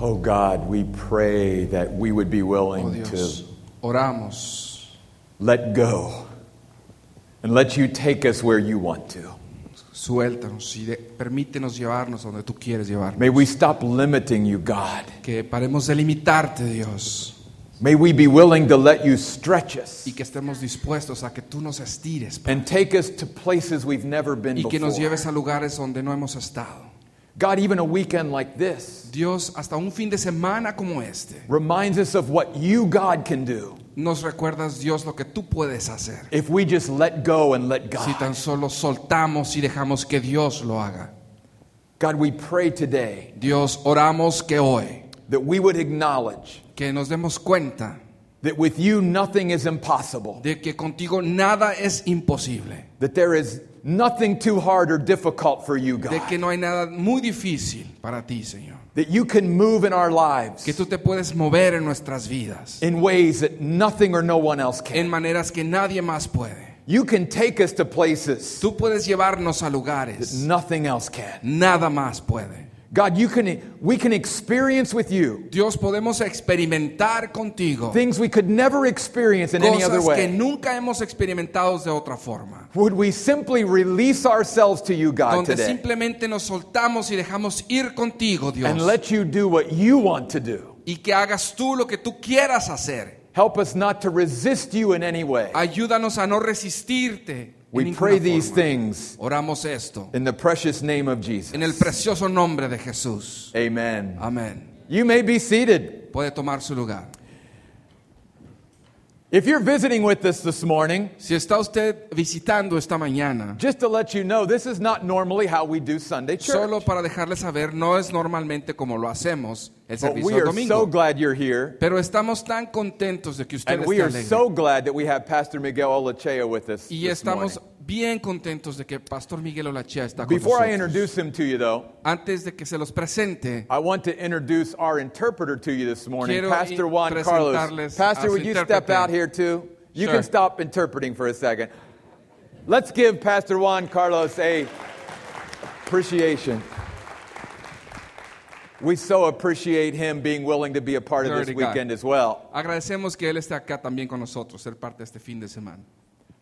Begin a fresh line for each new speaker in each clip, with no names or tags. Oh God, we pray that we would be
Oh
willing to
Dios, oramos,
let go and let you take us where you want to.
suéltanos y de- permítenos llevarnos a donde tú quieres llevarnos.
May we stop limiting you, God.
Que paremos de limitarte, Dios,
May we be willing to let you stretch us
y que estemos dispuestos a que tú nos estires Padre,
and take us to places we've never been
y que nos
before.
lleves a lugares donde no hemos estado.
God, even a weekend like this
Dios, hasta un fin de semana como este,
reminds us of what you, God, can do
nos recuerdas, Dios, lo que tú puedes hacer.
if we just let go and let
Si
God.
tan solo soltamos y dejamos que Dios lo haga.
God, we pray today
Dios, oramos que hoy,
that we would acknowledge
que nos demos cuenta
that with you nothing is impossible,
de que contigo nada es imposible,
that there is nothing too hard or difficult for you,
de que
God,
no hay nada muy difícil para ti, Señor,
that you can move in our
que
lives
tú te puedes mover en nuestras vidas
in ways that nothing or no one else can.
en maneras que nadie más puede.
You can take us to places
Tú puedes llevarnos a
that
lugares,
nothing else can.
nada más puede.
God, you can we can experience with you
Dios, podemos experimentar contigo
things we could never experience in any other
cosas que
way.
nunca hemos experimentado de otra forma.
Would we simply release ourselves to you, God,
Donde
today
simplemente nos soltamos y dejamos ir contigo,
and
Dios,
let you do what you want to do?
y que hagas tú lo que tú quieras hacer.
Help us not to resist you in any way.
Ayúdanos a no resistirte. de
We
ninguna
pray these
forma.
things
Oramos esto
in the precious name of Jesus.
en el precioso nombre de Jesús.
Amen.
Amén.
You may be seated.
Puede tomar su lugar.
If you're visiting with us this morning,
Si está usted visitando esta mañana,
just to let you know, this is not normally how we do Sunday church.
solo para dejarle saber, no es normalmente como lo hacemos el
But
servicio
we
del
are so
domingo.
glad you're here.
Pero estamos tan contentos de que usted
And we
esté
are
alegre.
so glad that we have Pastor Miguel Olachea with us
y
this morning.
estamos bien contentos de que Pastor Miguel Olachea está con
Before I
nosotros.
introduce him to you, though,
Antes de que se los presente,
I want to introduce our interpreter to you this morning,
Quiero
Pastor Juan Carlos.
presentarles a
Pastor,
su
would you step
intérprete.
out here too? You
Sure.
can stop interpreting for a second. Let's give Pastor Juan Carlos a appreciation. We so appreciate him being willing to be a part of
Glory
this
to God.
weekend as well.
agradecemos que él esté acá también con nosotros, ser parte de este fin de semana.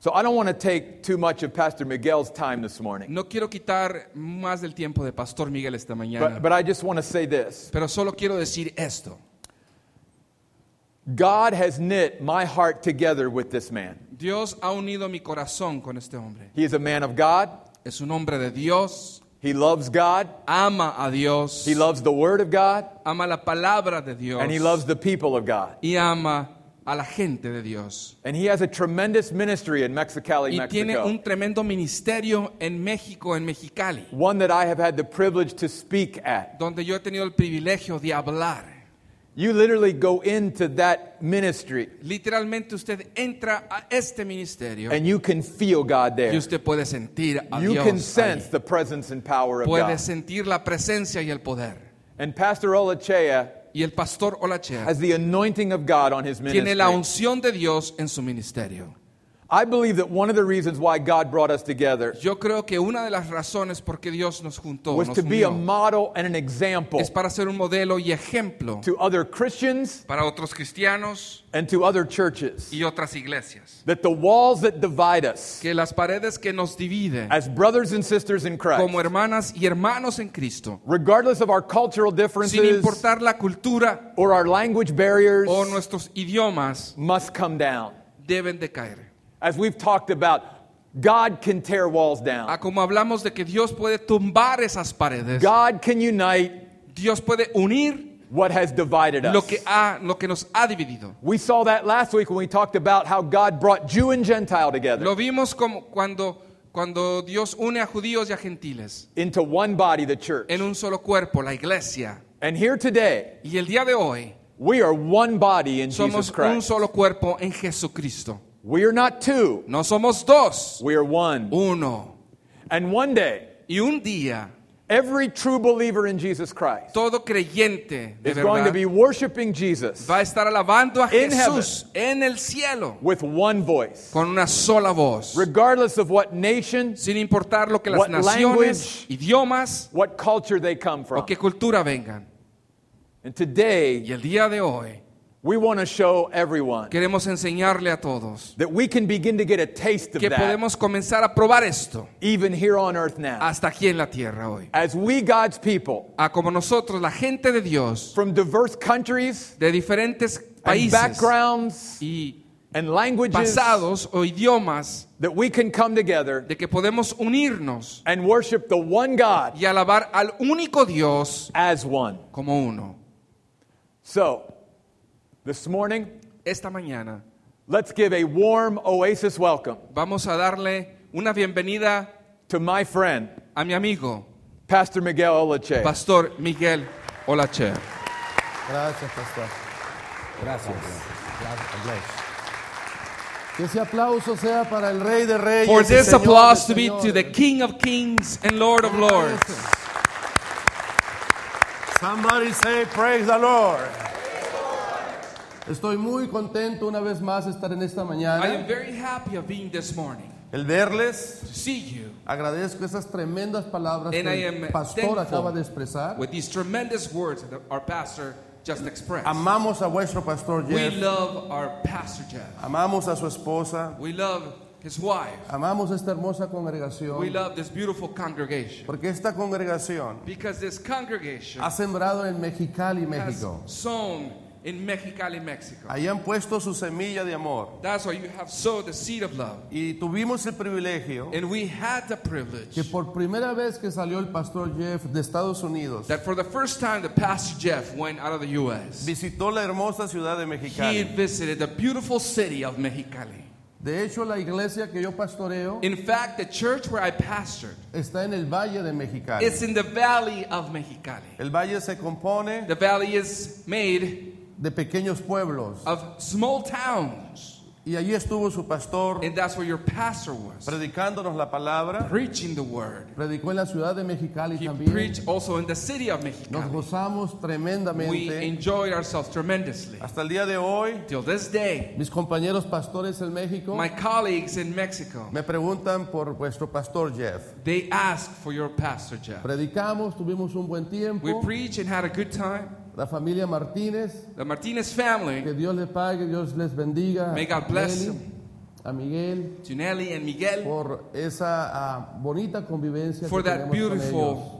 So I don't want to take too much of Pastor Miguel's time this morning,
No quiero quitar más del tiempo de Pastor Miguel esta mañana,
but, but I just want to say this
pero solo quiero decir esto.
God has knit my heart together with this man.
Dios ha unido mi corazón con este hombre.
He is a man of God,
Es un hombre de Dios,
he loves God.
ama a Dios,
He loves the Word of God
ama la palabra de Dios
and he loves the people of God.
y ama a la gente de Dios.
And he has a tremendous ministry in Mexicali,
Y tiene
Mexico.
un tremendo ministerio en México, en Mexicali,
One that I have had the privilege to speak at.
donde yo he tenido el privilegio de hablar.
You literally go into that ministry
Literalmente usted entra a este ministerio
and you can feel God
y
there.
usted puede sentir a
You
Dios.
can
ahí.
sense the presence and power of
puede
God.
sentir la presencia y el poder.
And Pastor Olachea
Y el pastor Olachea
has the anointing of God on his
tiene la
ministry.
unción de Dios en su ministerio.
I believe that one of the reasons why God brought us together
Yo creo que una de las razones por qué Dios nos juntó
was
nos
Pues to be a
unió,
model and an example
es para ser un modelo y ejemplo
to other Christians
para otros cristianos
and to other churches.
y otras iglesias.
That the walls that divide us
Que las paredes que nos dividen
as brothers and sisters in Christ,
como hermanas y hermanos en Cristo,
regardless of our cultural
sin
differences
importar la cultura
or our language barriers,
o nuestros idiomas,
must come down.
deben de caer.
As we've talked about, God can tear walls down,
A Ah, como hablamos de que Dios puede tumbar esas paredes,
God can unite
Dios puede unir
what has divided us.
lo que, ha, lo que nos ha dividido.
we saw that last week when we talked about how God brought Jew and Gentile together
Lo vimos como cuando, cuando Dios une a judíos y a gentiles
into one body, the church.
en un solo cuerpo, la iglesia.
and here today,
Y el día de hoy
we are one body in
somos
Jesus
un
Christ.
solo cuerpo en Jesucristo.
we are not two,
No somos dos,
we are one.
uno.
And one day,
Y un día
Every true believer in Jesus Christ
todo creyente de
is going to
verdad
be worshiping Jesus
va a estar alabando a
in
Jesús en el cielo
with one voice,
con una sola voz,
regardless of what nation,
sin importar lo que las
What
naciones,
language-
idiomas
what culture they come
o
from.
qué cultura vengan.
And today,
Y el día de hoy
we want to show everyone
queremos enseñarle a todos
that we can begin to get a taste of
que
that
podemos comenzar a probar esto
even here on earth now.
hasta aquí en la tierra hoy.
As we, God's people,
A como nosotros, la gente de Dios,
from diverse countries
de diferentes
and
países
backgrounds
y
and languages,
pasados o idiomas,
that we can come together
de que podemos unirnos
and worship the one God
y alabar al único Dios
as one.
como uno.
So, this morning,
Esta mañana
let's give a warm oasis welcome
vamos a darle una bienvenida
to my friend,
a mi amigo,
Pastor Miguel Olache.
Pastor Miguel Olache.
Gracias, pastor. Gracias. Gracias. Bless. Que ese aplauso sea para el Rey de Reyes.
For
y
this
Señor de
applause to be to the
Señores.
King of Kings and Lord of Lords.
Somebody say praise the Lord. Estoy muy contento una vez más de estar en esta
I am
mañana.
very happy of being this morning
El verles,
to see you
agradezco esas tremendas palabras
And I
que
am
el pastor
thankful.
acaba de expresar.
with these tremendous words that our pastor just expressed.
Amamos a vuestro pastor
We
Jeff.
love our pastor Jeff.
Amamos a su esposa.
We love his wife.
Amamos esta hermosa
We
congregación.
love this beautiful congregation
Porque esta congregación
because this congregation
ha sembrado en Mexicali,
has
México.
sown in Mexicali, Mexico.
Ahí han puesto su semilla de amor.
That's why you have sowed the seed of love.
Y tuvimos el privilegio
And we had the privilege
que por primera vez que salió el pastor Jeff de Estados Unidos,
that for the first time the pastor Jeff went out of the U.S.
visitó la hermosa ciudad de
He
Mexicali.
visited the beautiful city of Mexicali.
De hecho, la iglesia que yo pastoreo
In fact, the church where I pastored
está en el Valle de Mexicali.
is in the valley of Mexicali.
El valle se compone
The valley is made
de pequeños pueblos.
of small towns,
Y allí estuvo su pastor
and that's where your pastor was
predicándonos la palabra.
preaching the word.
Predicó en la ciudad de Mexicali
He
también.
preached also in the city of
Nos
Mexicali.
gozamos
We
tremendamente.
enjoyed ourselves tremendously.
Hasta el día de hoy,
Till this day,
mis compañeros pastores en México
my colleagues in Mexico
Me preguntan por vuestro pastor Jeff.
they ask for your pastor Jeff.
Predicamos, tuvimos un buen
We
tiempo.
preached and had a good time.
La familia Martínez,
The Martinez family,
que Dios les pague, Dios les bendiga.
May
a,
God bless
Nelly, a Miguel
Tunelli and Miguel,
por esa ah, bonita convivencia
for
que
that
tenemos con ellos.
beautiful,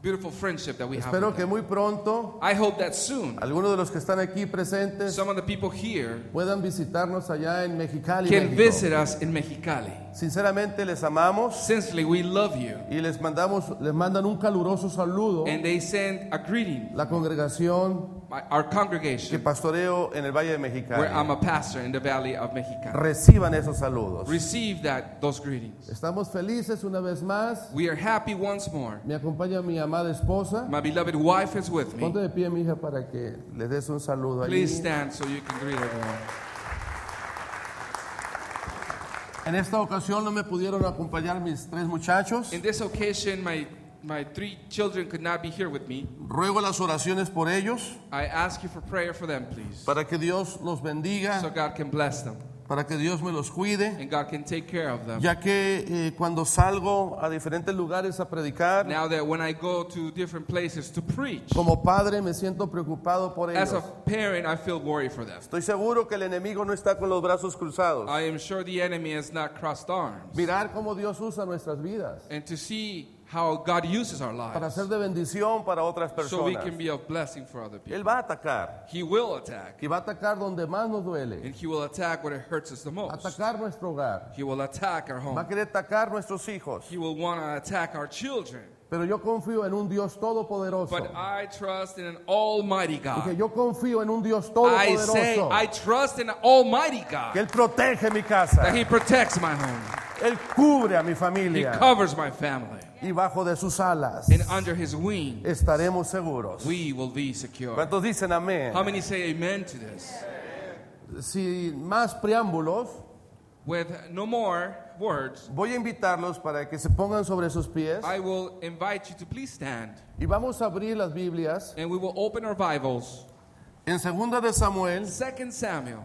beautiful friendship that we have.
Espero
with
que
them.
muy pronto
I hope that soon
algunos de los que están aquí presentes
some of the people here
puedan visitarnos allá en Mexicali.
can
México.
visit us in Mexicali.
Sinceramente les amamos
Sincerely, we love you.
y les mandamos les mandan un caluroso saludo
And they send a greeting,
la congregación
my, our
que
congregation,
pastoreo en el Valle de Mexicali.
where I'm a pastor in the valley of Mexicali.
Reciban esos saludos.
Receive that those greetings.
Estamos felices una vez más.
We are happy once more.
Me acompaña mi amada esposa.
My beloved wife is with me.
Ponte de pie, mi hija, para que le des un saludo ahí.
Please stand so you can greet everyone.
En esta ocasión no me pudieron acompañar mis tres muchachos.
In this occasion, my, my three children could not be here with me.
Ruego las oraciones por ellos
I ask you for prayer for them, please.
para que Dios los
So
bendiga,
God can bless them
para que Dios me los cuide,
and God can take care of them.
ya que eh, cuando salgo a diferentes lugares a predicar,
Now that when I go to different places to preach,
como padre me siento preocupado por
as a
ellos.
parent, I feel worried for them.
Estoy seguro que el enemigo no está con los brazos cruzados.
I am sure the enemy has not crossed arms.
Mirar cómo Dios usa nuestras vidas
And to see how God uses our
para
lives
ser de bendición para otras
Ah. so we
personas.
can be a blessing for other people.
Él va a atacar.
He will attack,
Y va a atacar donde más nos duele.
and He will attack when it hurts us the most.
Atacar nuestro hogar.
He will attack our
Va a
home.
querer atacar nuestros hijos.
He will want to attack our children.
Pero yo confío en un Dios todopoderoso.
But ah. I trust in an almighty
Porque
God.
yo confío en un Dios
I say,
todopoderoso.
I trust in an almighty
Que
God
Él protege mi casa.
that He protects my home.
Él cubre a mi
He
familia.
covers my family.
Y bajo de sus alas
And under his wing,
estaremos seguros.
we will be secure.
¿Cuántos dicen amén?
How many say amen to this?
Sin más preámbulos,
With no more words,
voy a invitarlos para que se pongan sobre sus pies.
I will invite you to please stand
Y vamos a abrir las Biblias.
and we will open our Bibles.
En 2 de Samuel,
2 Samuel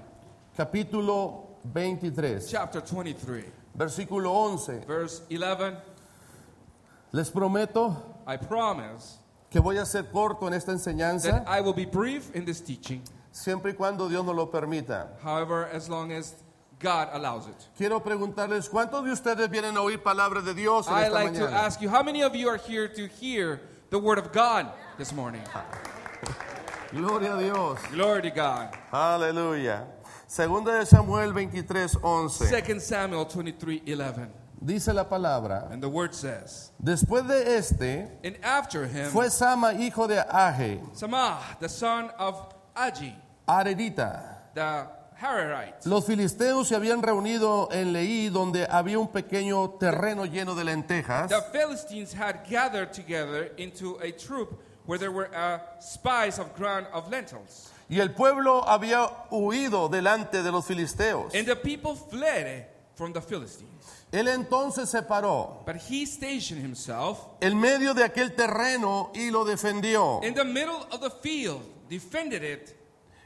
capítulo 23,
chapter 23,
versículo 11.
verse 11.
Les prometo
I promise
que voy a ser corto en esta enseñanza,
that I will be brief in this teaching.
siempre y cuando Dios nos lo permita.
However, as long as God allows it.
Quiero preguntarles, ¿cuántos de ustedes vienen a oír palabras de Dios en
I
esta
like to
mañana?
ask you, how many of you are here to hear the word of God this morning?
Gloria a Dios.
Glory to God.
Aleluya. Segunda de Samuel 23, 11.
2 Samuel 23 11.
Dice la palabra,
And the word says,
después de este,
And after him,
fue Sama, hijo de Aje,
Samah, the son of Aji,
Aredita.
the Hararite.
Los filisteos se habían reunido en Leí, donde había un pequeño terreno lleno de lentejas.
The Philistines had gathered together into a troop where there were uh, spies of ground of lentils.
Y el pueblo había huido delante de los filisteos.
And the people fled from the Philistines.
Él entonces se paró
But he stationed himself
en medio de aquel terreno y lo defendió.
in the middle of the field, defended it,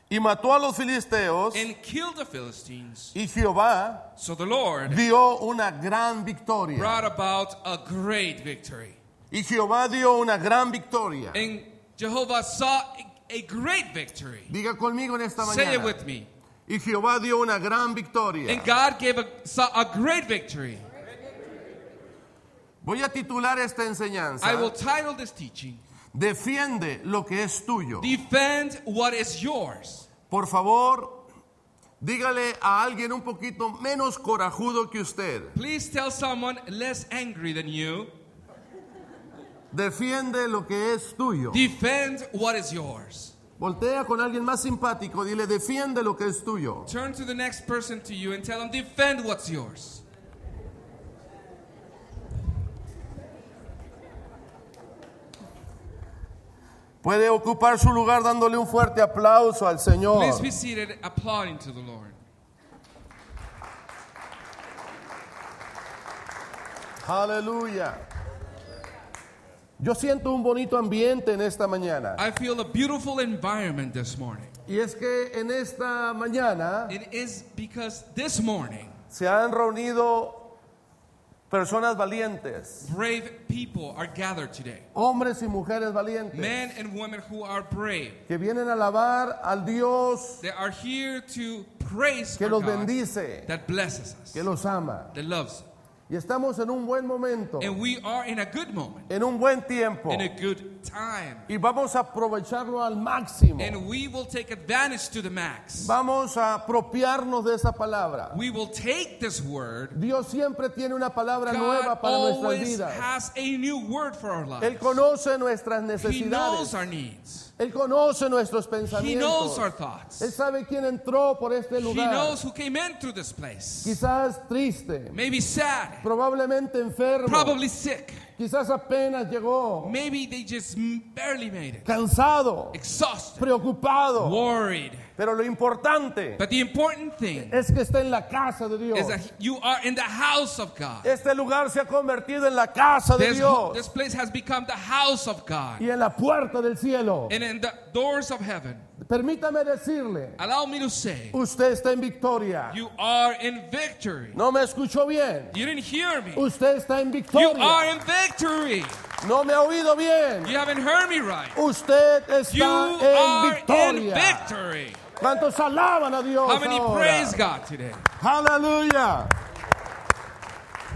Y mató a los filisteos.
and killed the Philistines.
Y Jehová
So the Lord
dio una gran victoria.
brought about a great victory.
Y Jehová dio una gran victoria.
And Jehovah saw a great victory.
Diga conmigo en esta
Say it
mañana.
with me.
Y Jehová dio una gran victoria.
And God gave a, saw a great victory.
Voy a titular esta enseñanza.
I will title this teaching
Defiende lo que es tuyo.
Defend What Is Yours.
Por favor, dígale a alguien un poquito menos corajudo que usted.
Please tell someone less angry than you
Defiende lo que es tuyo.
Defend What Is Yours.
Voltea con alguien más simpático, dile, defiende lo que es tuyo.
Turn to the next person to you and tell them Defend What's Yours.
Puede ocupar su lugar dándole un fuerte aplauso al Señor.
Please be seated applauding to the Lord.
Aleluya. Yo siento un bonito ambiente en esta mañana.
I feel a beautiful environment this morning.
Y es que en esta mañana
It is because this morning,
se han reunido personas valientes,
brave people are gathered today.
hombres y mujeres valientes,
Men and women who are brave.
que vienen a alabar al Dios
They are here to praise
que
our
los
God
bendice,
that blesses us,
que los ama.
that loves us.
Y estamos en un buen momento,
And we are in a good moment,
en un buen tiempo.
in a good time.
Y vamos a aprovecharlo al máximo.
And we will take advantage to the max.
Vamos a apropiarnos de esa palabra.
We will take this word.
Dios siempre tiene una palabra
God
nueva para nuestras
always
vidas.
has a new word for our
Él
lives.
conoce nuestras
He knows
necesidades.
our needs.
Él conoce nuestros
He knows our
pensamientos.
thoughts.
Él sabe quién entró por este
He
lugar.
knows who came in through this place.
Quizás triste,
Maybe sad,
probablemente enfermo,
probably sick.
quizás apenas llegó,
Maybe they just m- barely made it.
cansado,
Exhausted,
preocupado.
worried.
Pero lo importante
But the important thing
es que está en la casa de Dios.
is that you are in the house of God.
Este lugar se ha convertido en la casa de
This,
Dios.
this place has become the house of God
y en la puerta del cielo.
and in the doors of heaven.
Permítame decirle,
Allow me to say,
usted está en victoria.
you are in victory.
No me escuchó bien.
You didn't hear me.
Usted está en
You are
victoria.
in victory.
No me ha oído bien.
You haven't heard me right.
Usted
You
está en
are in
victoria.
victory.
¿Cuántos alaban a Dios?
How many
ahora?
praise God today?
Aleluya.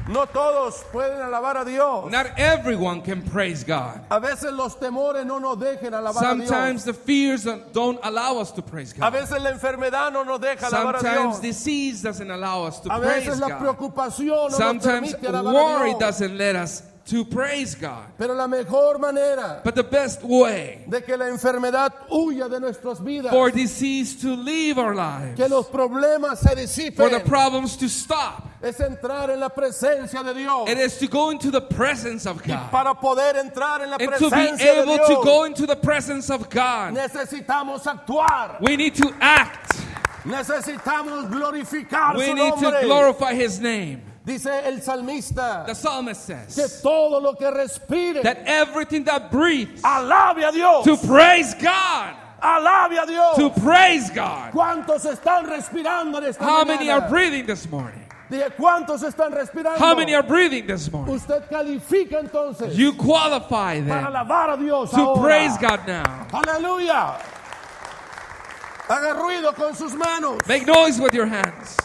No todos pueden alabar a Dios.
Not everyone can praise God.
A veces los temores no nos dejan alabar a Dios.
Sometimes the fears don't allow us to praise
A
God.
veces la enfermedad no nos deja alabar a
Sometimes
Dios.
disease doesn't allow us to
A
praise
veces la
God.
preocupación no nos
Sometimes
permite alabar a
worry
Dios.
doesn't let us to praise God.
Pero la mejor manera
But the best way
de que la enfermedad huya de nuestras vidas,
for disease to leave our lives,
que los problemas se
for the
disipen,
problems to stop,
es entrar en la presencia de Dios.
it is to go into the presence of God.
Para poder entrar en la
And to be
presencia de
able
Dios,
to go into the presence of God,
necesitamos actuar,
we need to act.
necesitamos glorificar
We
su
need to
nombre.
glorify His name.
Dice el salmista
The psalmist
que
says
todo lo que respire
that everything that breathes
alabe a Dios,
to praise God,
alabe a Dios.
to praise God.
¿Cuántos están respirando en esta
How
mañana?
many are breathing this morning?
Dije, ¿cuántos están respirando?
How many are breathing this morning?
Usted califica entonces
You qualify
para
then
alabar a Dios.
to
ahora.
praise God now.
Aleluya. Haga ruido con sus manos.
Make noise with your hands.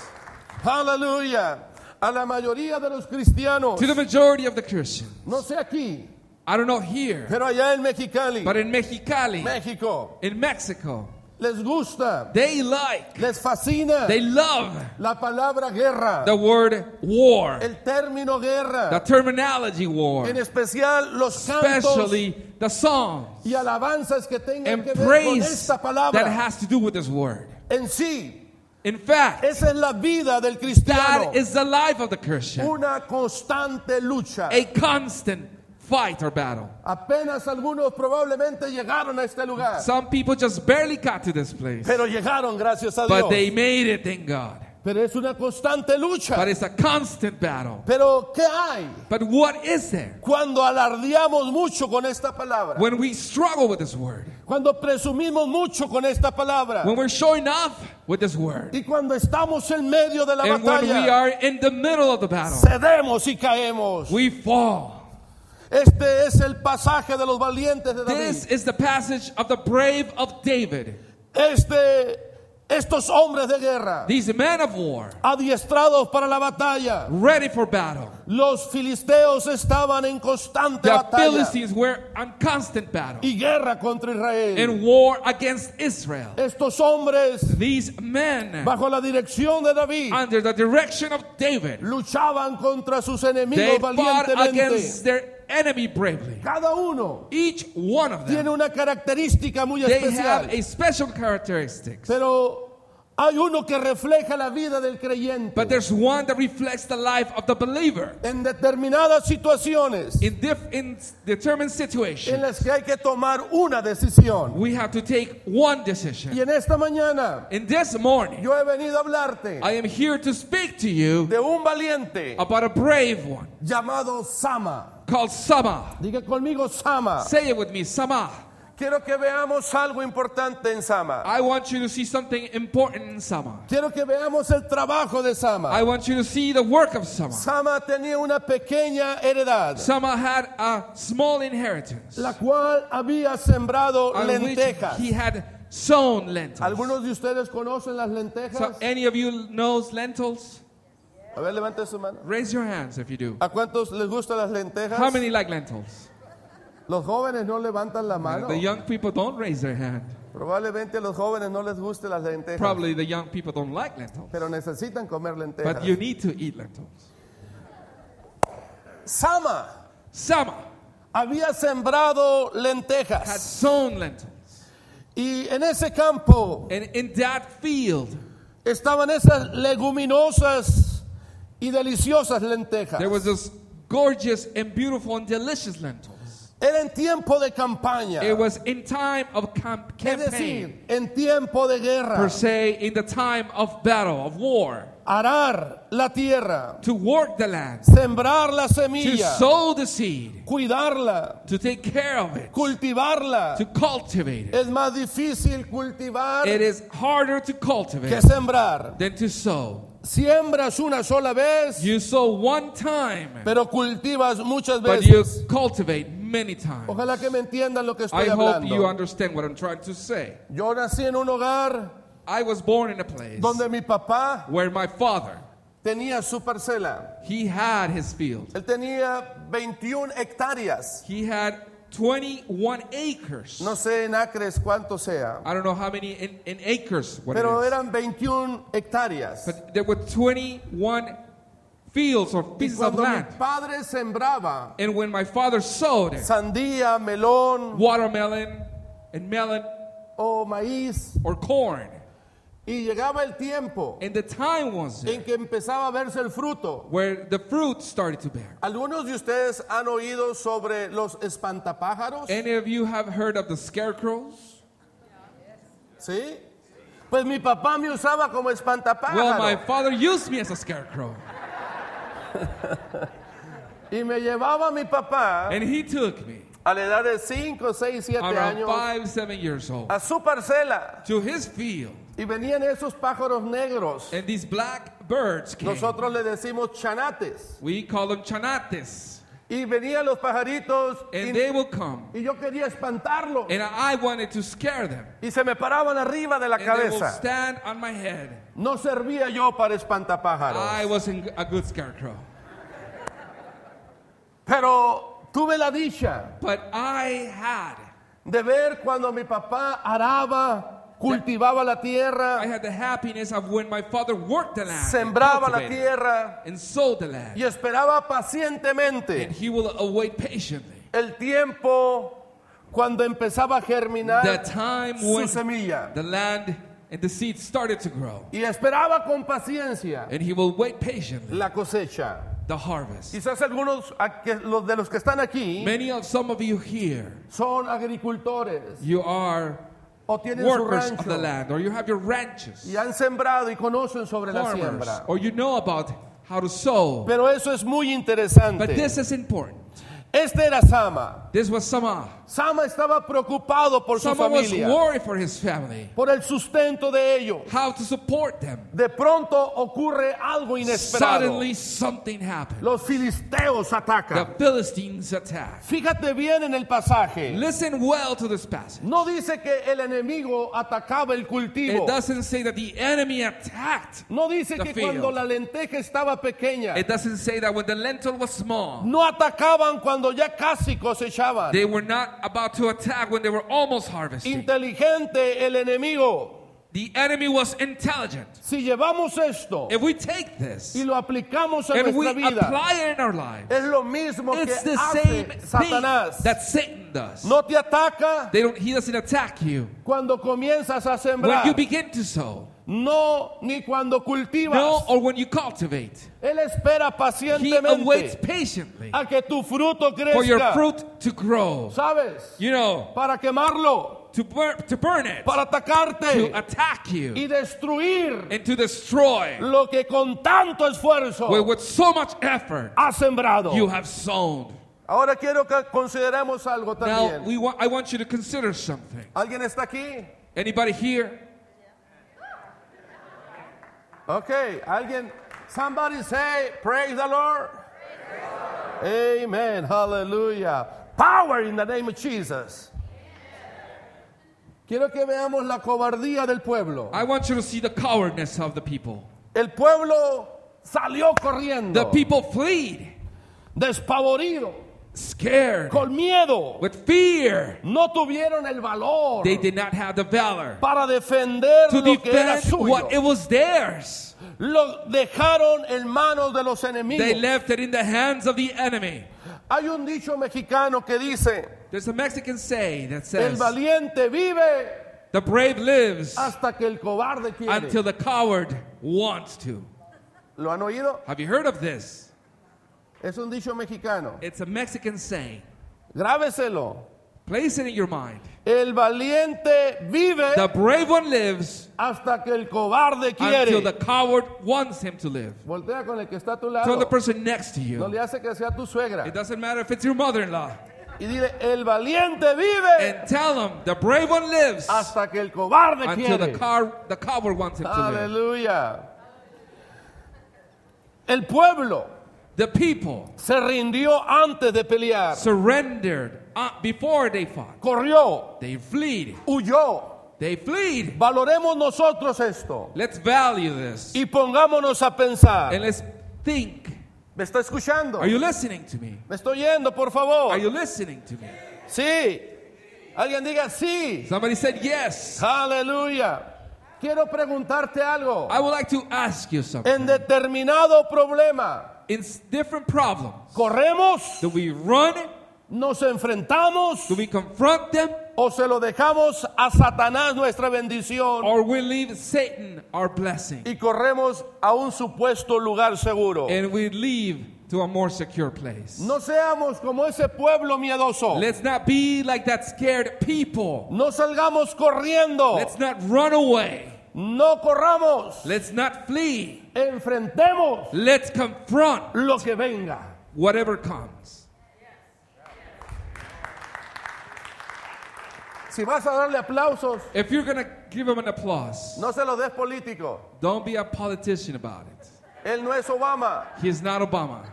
Aleluya. A la mayoría de los cristianos,
To the majority of the Christians,
no sé aquí,
I don't know here,
pero allá en Mexicali,
but in Mexicali,
México,
in Mexico,
les gusta,
they like,
les fascina
they love
la palabra guerra,
the word war,
el término guerra,
the terminology war,
en especial los cantos
especially the songs
y alabanzas que tengan
and
que ver con
praise
esta
that
palabra.
has to do with this word.
en sí,
In fact,
esa es la vida del cristiano,
that is the life of the Christian,
una constante lucha.
a constant fight or battle.
Apenas algunos probablemente llegaron a este lugar,
Some people just barely got to this place,
pero llegaron gracias a
but
Dios.
they made it, thank God.
Pero es una constante lucha.
But it's a constant battle.
Pero ¿qué hay
But what is there
cuando alardeamos mucho con esta palabra?
when we struggle with this word?
Cuando presumimos mucho con esta palabra.
When we're showing off with this word?
Y cuando estamos en medio de la
And when we
batalla,
are in the middle of the battle,
cedemos y caemos.
we fall.
Este es el pasaje de los valientes de David.
This is the passage of the brave of David.
Este, estos hombres de guerra,
These men of war,
adiestrados para la batalla.
ready for battle.
Los filisteos estaban en constante
The
batalla
Philistines were on constant battle
y guerra contra Israel.
in war against Israel.
Estos hombres,
These men,
bajo la dirección de David,
under the direction of David,
luchaban contra sus
they
enemigos
fought
valientemente.
against their enemy bravely.
Cada uno
Each one of them
tiene una característica muy
they have
especial,
a special characteristics,
pero hay uno que refleja la vida del creyente.
but there's one that reflects the life of the believer
En determinadas situaciones
in, diff- in determined
en
situation.
las que hay que tomar una decisión.
We have to take one
Y
decision.
en esta mañana
And this morning,
yo he venido a hablarte
I am here to speak to you
de un valiente
about a brave one
llamado Sama.
called Sama.
Diga conmigo Sama.
Say it with me, Sama.
Quiero que veamos algo importante en Sama.
I want you to see something important in Sama.
Quiero que veamos el trabajo de Sama.
I want you to see the work of Sama.
Sama tenía una pequeña heredad,
Sama had a small inheritance
la cual había sembrado
on which
lentejas.
he had sown lentils.
¿Algunos de ustedes conocen las
So eh,
lentejas?
any of you knows lentils?
A ver, levante su mano.
Raise your hands if you do.
¿A cuántos les gustan las lentejas?
How many like lentils?
Los jóvenes no levantan la mano.
The young people don't raise their hand.
Probablemente a los jóvenes no les gusten las lentejas,
Probably the young people don't like lentils.
pero necesitan comer lentejas.
But you need to eat lentils.
Sama
Sama
había sembrado
had
lentejas
sown lentils.
y en ese campo
And in that field,
estaban esas leguminosas y deliciosas lentejas.
there was this gorgeous and beautiful and delicious lentils.
Era en tiempo de campaña,
It was in time of camp-
es
campaign,
decir, en tiempo de guerra,
per se, in the time of battle, of war,
arar la tierra,
to work the land,
sembrar la
to
semilla,
sow the seed,
cuidarla,
to take care of it,
cultivarla.
to cultivate it.
Es más difícil cultivar
It is harder to
que
cultivate
sembrar.
than to sow.
Siembras una sola vez,
You sow one time,
pero cultivas muchas
but you
veces.
cultivate many times.
Ojalá que me entiendan lo que
I
estoy
hope you
hablando.
understand what I'm trying to say.
Yo nací en un hogar
I was born in a place
donde mi papá
where my father,
tenía su parcela.
he had his field.
Él tenía 21 hectáreas.
He had 21 acres.
No sé en acres cuánto sea,
I don't know how many in, in acres what it
pero
is.
eran 21 hectáreas.
But there were 21 fields or
Y
pieces of
cuando mi
land.
padre sembraba
And when my father sowed it,
sandía, melón
watermelon and melon
o maíz,
or corn,
y llegaba el tiempo
and the time was there.
en que empezaba a verse el fruto.
where the fruit started to bear.
Algunos de ustedes han oído sobre los espantapájaros,
Any of you have heard of the scarecrows?
¿sí? Pues mi papá me usaba como
Well, my
espantapájaro
father used me as a scarecrow,
y me llevaba mi papá
and he took me
a la edad de 5, 6, 7
around
años
five, seven years old
a su parcela
to his field
Y venían esos pájaros negros.
And these black birds came.
Nosotros le decimos chanates.
We call them chanates.
Y venían los pajaritos.
And
y-
Eh, they Eh. will come.
y yo quería espantarlos.
And I wanted to scare them.
Y se me paraban arriba de la
And Eh, they will
cabeza.
stand on my head.
No servía yo para espantapájaros.
I wasn't a good scarecrow.
Pero tuve la dicha
But I had.
de ver cuando mi papá araba, cultivaba la
I
tierra,
had the happiness of when my father worked the land. and
sembraba la
cultivated
tierra
And sold the land.
y esperaba
And
pacientemente
he will await patiently.
el tiempo cuando empezaba a
The
germinar
time
su
when
semilla.
the land and the seeds started to grow.
Y esperaba con paciencia
And he will wait patiently
la cosecha.
the harvest.
Quizás algunos a- que- los de los que están aquí
Many of some of you here,
son agricultores
you are
o tienen su
workers of the
rancho.
land, or you have your ranches,
y han sembrado y conocen sobre la
farmers,
siembra.
or you know about how to sow.
Pero eso es muy interesante.
But this is important.
Este era Sama.
This was Sama.
Sama estaba preocupado por su
Sama was
familia,
worried for his family,
por el sustento de ellos.
how to support them.
De pronto ocurre algo inesperado.
Suddenly, something happened.
Los filisteos
The
atacan.
Philistines attacked.
Fíjate bien en el pasaje.
Listen well to this passage.
No dice que el enemigo atacaba el cultivo.
It doesn't say that the enemy attacked.
No dice
The
que
field.
cuando la lenteja estaba pequeña.
It doesn't say that when the lentil was small,
No atacaban cuando ya casi cosechaban.
they were not about to attack when they were almost harvesting.
Inteligente el enemigo.
The enemy was intelligent.
Si llevamos esto
If we take this
y lo aplicamos a
and we
nuestra vida,
apply it in our life,
es lo mismo que
it's the same
hace
thing
Satanás.
that Satan does.
No te ataca
They don't, he doesn't attack you
cuando comienzas a
when
sembrar,
you begin to sow,
no ni cuando cultivas.
no, or when you cultivate.
Él espera
He awaits
pacientemente
patiently
a que tu fruto
for your
crezca,
fruit to grow.
¿sabes?
You know,
Para quemarlo,
to burn, to burn it,
para atacarte
to attack you,
y destruir
and to destroy
lo que con tanto esfuerzo
with, with so much effort
has sembrado.
you have sown.
Ahora quiero que consideremos algo
Now,
también.
we want, I want you to consider something.
¿Alguien está aquí?
Anybody here?
Okay, alguien, somebody say, praise the Lord. Amen, hallelujah. Power in the name of Jesus. Quiero que veamos la cobardía del pueblo.
I want you to see the cowardness of the people.
El pueblo salió
The
corriendo,
people fleed,
despavorido,
scared,
con miedo.
with fear.
No tuvieron el valor
They did not have the valor
para defender
to
lo que era
defend
suyo.
what it was theirs.
Lo dejaron en manos de los
They
enemigos.
left it in the hands of the enemy.
Hay un dicho mexicano que dice,
There's a Mexican say that
el
says,
valiente Ah, vive
"The brave lives
hasta que el cobarde quiere.
until the coward wants to."
¿Lo han oído?
Have you heard of this?
Es un dicho mexicano.
It's a Mexican saying.
Grábeselo.
Place it in your mind.
El valiente vive
The brave one lives
hasta que el cobarde
until the
quiere.
coward wants him to live.
Voltea con el que está a tu
Tell the
lado.
person next to
No
you.
le hace que sea tu
It
suegra.
doesn't matter if it's your mother-in-law.
Y dile, el valiente vive
And tell them the brave one lives
hasta que el cobarde
until the
Ah, quiere.
car the coward wants him to live.
Aleluya. El pueblo
The people
se rindió antes de pelear.
surrendered uh, before they fought.
Corrió,
They fled.
huyó.
They fled.
Valoremos nosotros esto
Let's value this.
y pongámonos a pensar.
And let's think.
¿Me está escuchando?
Are you listening to me?
¿Me estoy yendo, por favor?
Are you listening to me?
Sí. Alguien diga sí.
Somebody said yes.
Aleluya. Quiero preguntarte algo.
I would like to ask you
En
something.
determinado problema,
In s- different problems,
¿corremos?
do we run?
¿Nos enfrentamos?
Do we confront them?
¿O se lo dejamos a Satanás nuestra bendición?
Or we leave Satan our blessing
Y corremos a un supuesto lugar seguro.
and we leave to a more secure place?
No seamos como ese pueblo miedoso.
Let's not be like that scared people.
No salgamos corriendo.
Let's not run away.
No corramos.
Let's not flee.
Enfrentemos
Let's confront
lo que venga.
whatever comes.
Si vas a darle aplausos,
If you're going to give him an applause,
No se lo des político.
don't be a politician about it.
Él no es Obama.
He is not Obama.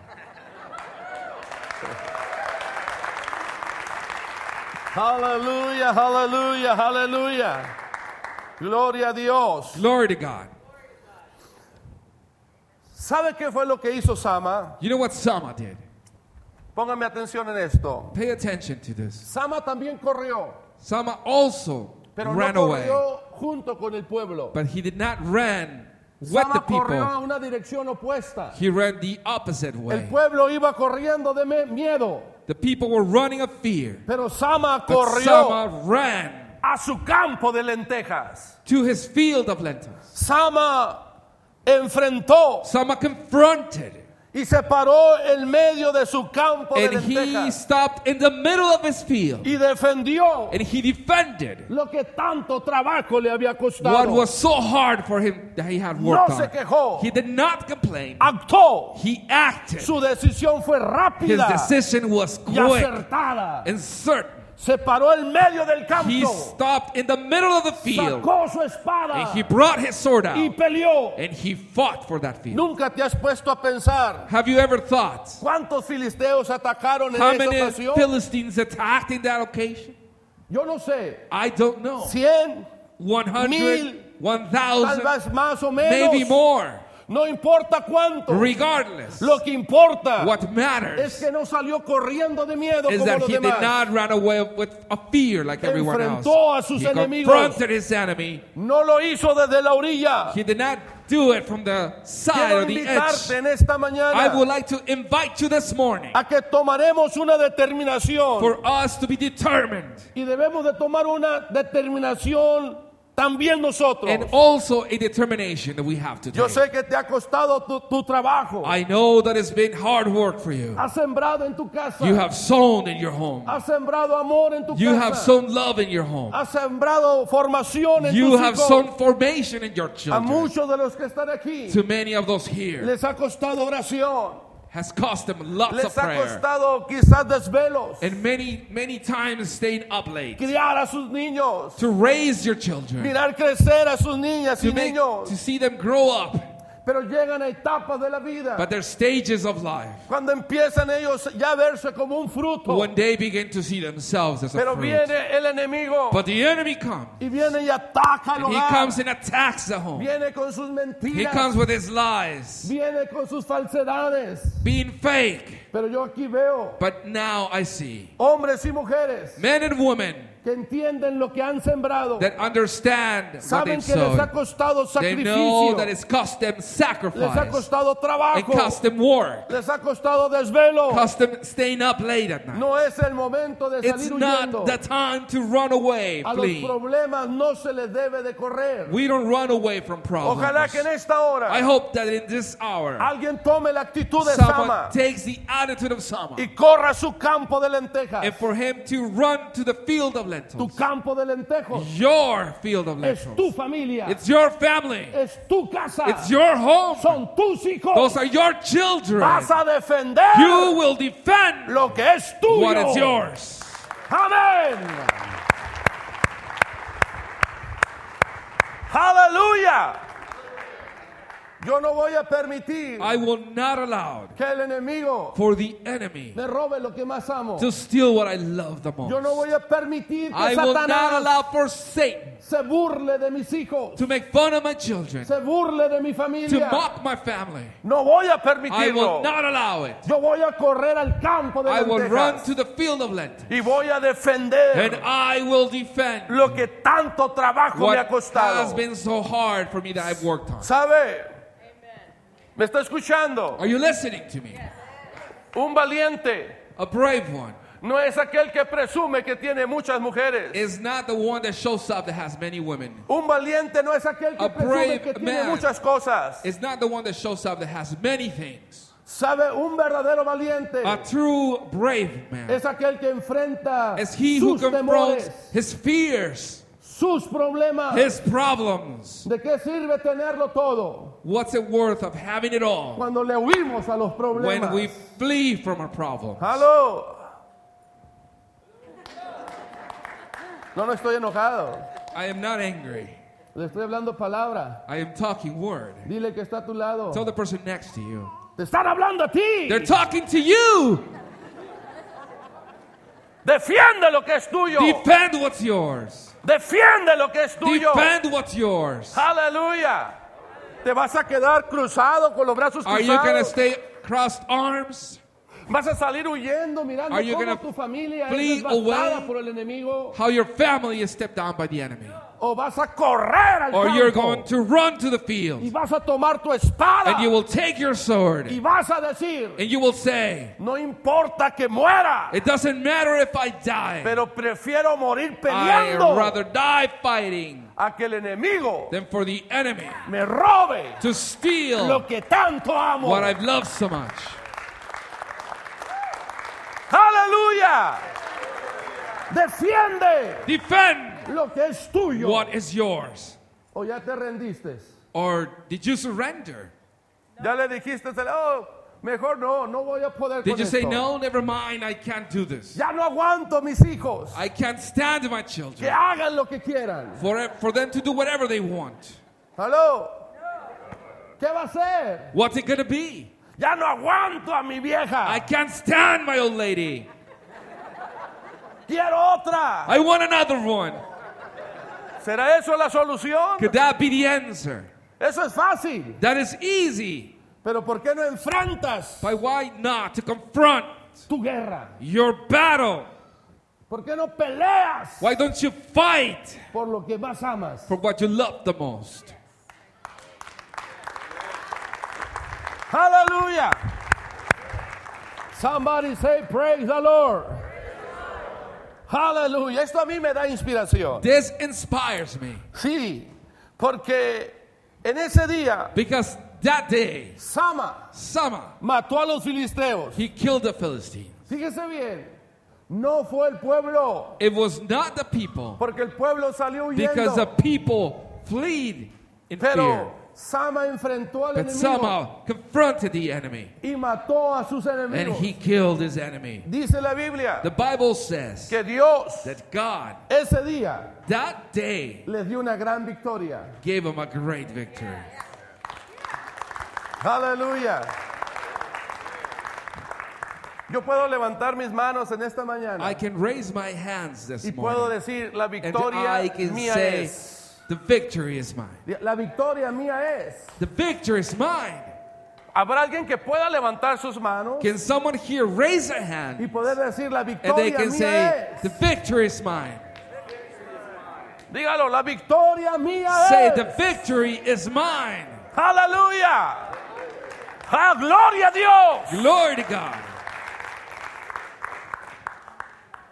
Aleluya, aleluya, aleluya. Gloria a Dios.
Glory to God.
¿Sabe qué fue lo que hizo Sama?
You know what Sama did?
Póngame atención en esto.
Pay attention to this.
Sama también corrió,
Sama also
pero
ran
no
away,
corrió junto con el pueblo.
but he did not run with the
Sama corrió a
people.
una dirección opuesta.
He ran the opposite
El
way.
pueblo iba corriendo de me- miedo,
The people were running of fear.
pero Sama
But
corrió
Sama ran
A su campo de lentejas.
to his field of lentils.
Sama enfrentó
Sama confronted it,
y se paró en medio de su campo de
and he
lentejas.
stopped in the middle of his field
Y defendió
and he defended
lo que tanto trabajo le había
what
costado.
was so hard for him that he had worked
No se
on.
quejó.
He did not complain.
actuó.
He acted.
Su decisión fue
His
rápida
decision was
y
quick
acertada.
and certain.
Se paró en medio del
He
campo,
stopped in the middle of the field
sacó su
and
espada
he brought his sword
y
out
peleó.
and he fought for that field.
Nunca te has puesto a pensar
Have you ever thought
cuántos filisteos atacaron en
how
esa
many
ocasión.
Philistines attacked in that occasion?
Yo no sé,
I don't know.
100,
100,
Mil.
tal
1,000,
vez más o
maybe
menos,
more.
no importa cuánto.
Regardless,
Lo que importa
what
es
matters
que no salió corriendo de miedo
is
como
that
los
he did
demás.
not run away with a fear like everyone else.
Enfrentó a sus
He
enemigos.
confronted his enemy.
No lo hizo desde la orilla.
He did not do it from the side
Quiero
or the
invitarte
edge.
en esta
I would
mañana
like to invite you this morning
a que tomaremos una determinación
for us to be determined
Y debemos de tomar una determinación también nosotros.
and also a determination that we have today.
Yo sé que te ha costado tu, tu trabajo.
I know that it's been hard work for you.
Has sembrado en tu casa.
You have sown in your home.
Has sembrado amor en tu
You
casa.
have sown love in your home.
Has sembrado formación en
You
tus
have
hijos.
sown formation in your
A
children.
muchos de los que están aquí
To many of those here
les ha costado oración.
has cost them lots of
Les ha
prayer
costado quizás desvelos.
and many, many times staying up late
Criar a sus niños.
to raise your children,
Mirar crecer a sus niñas
to,
y
make,
niños.
to see them grow up.
Pero llegan a etapas de la vida
But their stages of life,
Cuando empiezan ellos ya a verse como un
Oh.
fruto.
when they begin to see themselves as a
Pero
fruit.
viene el enemigo
But the enemy comes.
y viene y ataca al
He
hogar.
comes and attacks the home.
Viene con sus
He
mentiras.
comes with his lies,
viene con sus falsedades.
being fake.
Pero yo aquí veo
But now I see
Hombres y mujeres
men and women
que entienden lo que han sembrado.
that understand what
Saben
they've
que les ha
sown.
costado
They know
sacrificio.
that it's cost them
Les ha
sacrifice.
costado
It
trabajo.
cost them work.
les ha costado desvelo.
Cost them staying up late at night.
No es el momento de
It's
salir huyendo.
not the time to run away,
A los
flee.
problemas no se les debe de correr.
We don't run away from
Ojalá
problems.
que en esta hora
I hope that in this hour,
alguien tome la actitud de Sama
someone takes the attitude of Sama.
y corra a su campo de lentejas.
And for him to run to the field of
Tu
lentils.
campo de lentejos
Your field of
es tu
lentils.
familia,
It's your family.
es tu casa,
It's your home.
son tus hijos.
Those are your children.
Vas a defender
You will defend
lo que es tuyo.
what is yours.
Amén. Aleluya.
Yo no voy a permitir
I will not allow
que el enemigo
for the enemy
me robe lo que más amo.
to steal what I love the
Yo no
most.
voy a permitir que
I will not
Satanás
allow for Satan
se burle de mis hijos,
to make fun of my children,
se burle de mi
to
familia.
mock my family.
No voy a
I will
permitirlo.
not allow it.
Yo voy a correr al campo de
I will run
lentejas
to the field of lentils
Y voy a defender
and I will defend
lo que tanto trabajo me ha
what has
costado.
been so hard for me that I've worked on.
¿Sabe? ¿Me está escuchando?
Are you listening to me?
Un valiente
A brave one
no es aquel que presume que tiene muchas mujeres.
is not the one that shows up that has many women.
Un valiente no es
Es aquel que
A
presume
brave
que tiene
man.
mucha.
muchas cosas.
It's not the one that shows up that has many things.
Sabe, un verdadero valiente
A true brave man
es aquel que enfrenta
is he who
sus
confronts
temores,
his fears,
sus problemas.
his problems.
¿De qué sirve tenerlo todo
What's it worth of having it all
cuando le huimos a los problemas?
when we flee from a problem?
Aló. No, no estoy enojado.
I am not angry.
Le estoy hablando palabra.
I am talking word.
Dile que está a tu lado.
Tell the person next to you.
Te están hablando a ti.
They're talking to you.
Defiende lo que es tuyo.
Defend what's yours.
Defiende lo que es tuyo.
Defend what's yours.
Aleluya. Te vas a quedar cruzado con los brazos
Are you going to
cruzados.
stay crossed arms?
Vas a salir huyendo.
Viendo, mirando
Are you
cómo
gonna
tu familia es
flee
devastada
away?
por el enemigo.
How your family is stepped down by the enemy.
O vas a correr al
Or you're
campo.
going to run to the
Y
field.
vas a tomar tu espada.
And you will take your sword.
Y vas a decir,
And you will say,
No importa que muera,
It doesn't matter if I die.
pero prefiero morir
I'd
peleando
rather die fighting
a que el enemigo
than for the enemy
me robe
to steal
lo que tanto amo.
what I've loved so much.
Aleluya. Defiende
Defend
lo que es tuyo.
what is yours.
O ya te rendiste.
Or did you surrender?
Ya le dijiste, oh, mejor no, no voy a poder.
Did
con
you say,
esto.
No, never mind, I can't do this?
Ya no aguanto mis hijos.
I can't stand my
Que
children.
hagan lo que quieran.
For, e-, for them to do whatever they want.
Aló.
¿Qué va a hacer?
What's it gonna be?
Ya no aguanto a mi vieja.
I can't stand my old lady.
Quiero otra.
I want another one.
¿Será eso la solución?
Could that be the answer?
Eso es fácil.
That is easy.
Pero ¿por qué no enfrentas
But why not to confront
tu guerra?
your battle?
¿Por qué no peleas
Why don't you fight
por lo que más amas?
for what you love the most?
Aleluya.
Somebody say praise the Lord.
Aleluya. Esto a mí me da inspiración.
This inspires me
Sí, porque en ese día
because that day,
Sama
Sama,
mató a los filisteos.
he killed the Philistine.
Fíjese bien. No fue el pueblo.
It was not the people
porque el pueblo salió
because the
huyendo,
people fled in fear.
pero
Sama enfrentó al
But
enemigo
somehow confronted the enemy
y mató a sus
and
enemigos.
he killed his enemy.
dice la Biblia
The Bible says
que Dios
that God
Ese día
that day
les dio una gran victoria.
gave him a great victory.
Aleluya. Yo puedo levantar mis manos en esta mañana
I can raise my hands this
y puedo
morning
decir, la
and I
victoria
can
mía
say
es.
the victory is mine.
La victoria mía es.
The victory is mine.
¿Habrá alguien que pueda levantar sus manos
Can someone here raise a
Y
hand
poder decir la
and they
victoria
can
mía
say
es.
the victory is mine?
Dígalo, la victoria.
Victoria mía
Say
es.
the victory is mine.
Aleluya. ¡Ah, gloria a Dios.
Glory to God.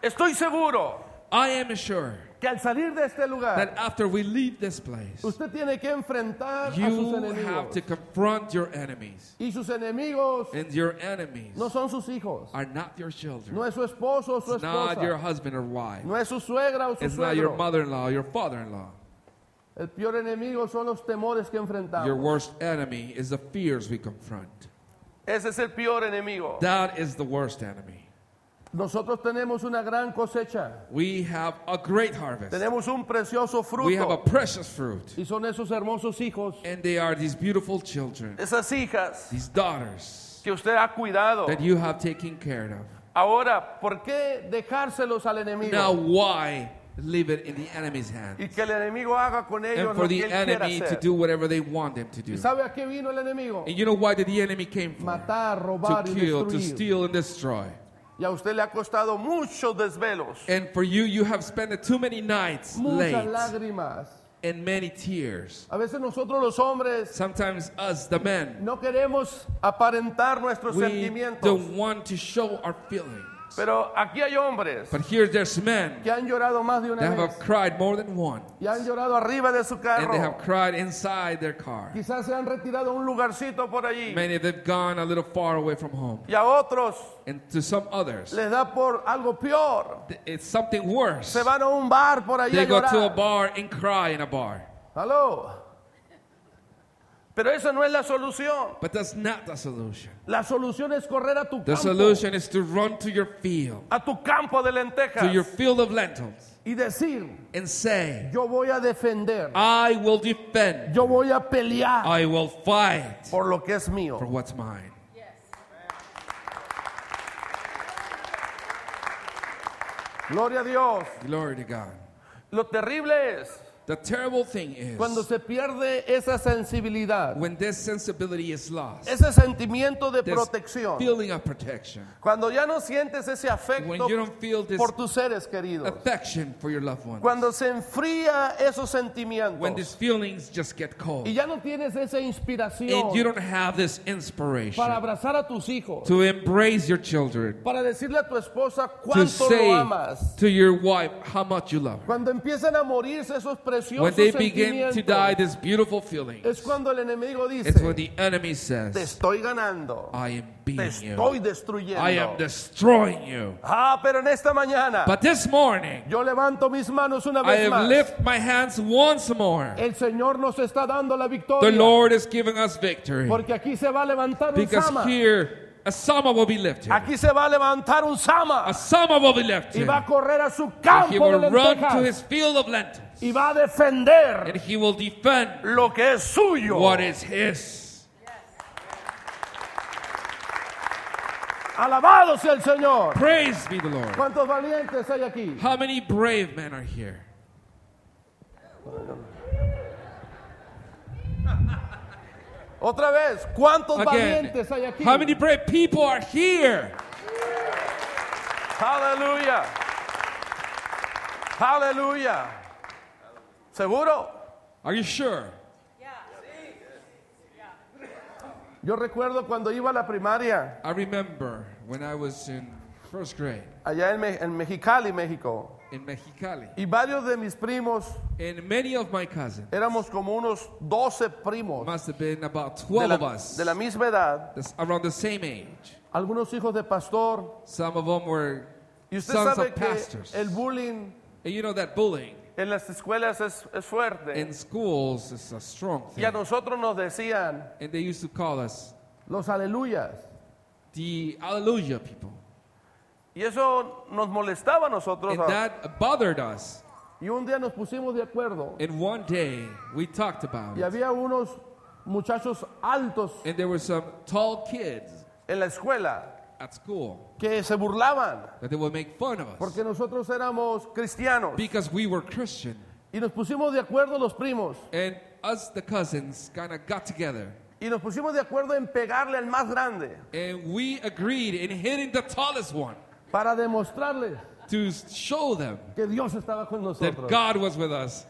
Estoy seguro
I am sure
Que al salir de este lugar,
that after we leave this place,
usted tiene que enfrentar a sus
you have
enemigos.
to confront your enemies.
Y sus enemigos
And your enemies
no son sus hijos.
are not your children.
No es su esposo o su
It's not your
esposa.
husband or wife.
No es su suegra o su
It's not your
suegro.
mother-in-law, your father-in-law.
El peor enemigo son los temores que
Your
enfrentamos.
worst enemy is the fears we confront.
Ese es el peor enemigo.
That is the worst enemy.
Nosotros tenemos una gran cosecha.
We have a great harvest.
Tenemos un precioso
We have a
fruto.
precious fruit.
Y son esos hermosos hijos
And they are these beautiful children,
Esas hijas
these daughters
que usted ha cuidado.
that you have taken care of.
Ahora, ¿por qué?
que dejárselos al
Now,
enemigo
why leave it in the enemy's hand?
Y que el enemigo haga con ellos
And
lo
for
que
the
él quiera
enemy to
hacer.
do whatever they want them to do.
sabe a qué vino el enemigo
And you know why did the enemy came for?
matar
To
robar y
kill, to
destruir
steal, and destroy.
Y a usted le ha costado muchos desvelos.
And for you, you have spent too many nights late
muchas lágrimas
and many tears.
a veces nosotros los hombres
Sometimes us, the men,
no queremos
Aparentar nuestros
we
sentimientos.
don't want to show our feelings.
Pero aquí hay hombres
But here there's men
que han llorado más de
that
una
have
vez
cried more than one.
y han llorado
parado arriba de su
And they
carro.
have cried inside their car.
quizás se han retirado a un
Un
lugar
lugarcito por allí.
Many of them gone a little far away from home.
Y a otros
And to some others,
les da por algo peor.
th- it's something worse.
Se van a un bar por allí a
They go to a
llorar.
bar and cry in a bar.
Aló. Pero eso no es la solución.
But that's not the solution.
la solución es correr a tu
The
campo
solution is to run to your field,
A tu campo de
to
lentejas.
your field of lentils,
y decir,
and say,
yo voy a defender,
I will defend,
yo voy a pelear
I will fight
por lo que es mío.
for what's mine.
Gloria a Dios.
Glory to God.
Lo terrible es
The terrible thing is
Cuando se pierde esa sensibilidad,
when this sensibility is lost,
ese sentimiento de
this
protección,
feeling of protection,
cuando ya no sientes ese
when
afecto
you don't feel this
por tus seres queridos,
affection for your loved ones,
cuando se enfría esos
when these
sentimientos
feelings just get cold,
y ya no tienes esa inspiración
and you don't have this inspiration
para abrazar a tus hijos,
to embrace your children,
para decirle a tu esposa
to
cuánto lo
say
amas.
to your wife how much you love her.
Cuando empiezan a morirse esos
When
preciosos
they begin to
sentimientos,
die, this beautiful feeling,
es cuando el enemigo dice,
it's when the enemy
te
says,
estoy ganando,
I am
te
beating
estoy
you,
destruyendo.
Oh, I am destroying you.
ah, pero en esta mañana
But this morning,
yo levanto mis manos una
I
vez
have
más.
lifted my hands once more.
El Señor nos está dando la
The
victoria.
Lord is giving us victory.
Porque aquí se va a levantar un
Because
sama.
here, a Sama will be lifted.
Aquí se va a levantar un
A
sama.
Sama will be
Y
lifted.
va a correr a su
And He
campo de
will run to
lentejas.
his field of lentils.
Y va a defender
And he will defend
lo que es suyo.
what is his.
Alabado sea el Señor.
Praise be the Lord.
¿Cuántos valientes hay aquí?
How many brave men are here?
Otra vez, ¿cuántos
Again,
valientes hay aquí?
how many brave people are here?
Aleluya. Aleluya. ¿Seguro?
Are you sure?
Yo recuerdo cuando iba a la primaria,
I remember when I was in first grade
allá en, Me- en Mexicali, México,
in Mexicali,
y varios de mis primos,
and many of my cousins,
éramos como unos 12 primos
must have been about
de
12
la,
of us,
de la misma edad,
that's around the same age.
algunos hijos de pastor,
Some of them were
Y usted
sons
sabe
of
que
pastors.
el bullying
And you know that bullying
En las escuelas es, es fuerte.
in schools is a strong
Y a
thing.
nosotros nos decían,
And they used to call us
los aleluyas,
the Alleluia people.
y eso nos molestaba a nosotros.
And that bothered us.
y un día nos pusimos de acuerdo
And one day we talked about
y
it.
había unos muchachos altos
And there were some tall kids
En la escuela,
at school
que se burlaban
that they would make fun of us
porque nosotros éramos
cristianos,
because we were Christian.
y nos pusimos de acuerdo los primos
And us, the cousins, kind of got together.
y nos pusimos de acuerdo en pegarle al más grande
And we agreed in hitting the tallest one
para demostrarles
to show them
que Dios estaba con
that
nosotros
God was with us.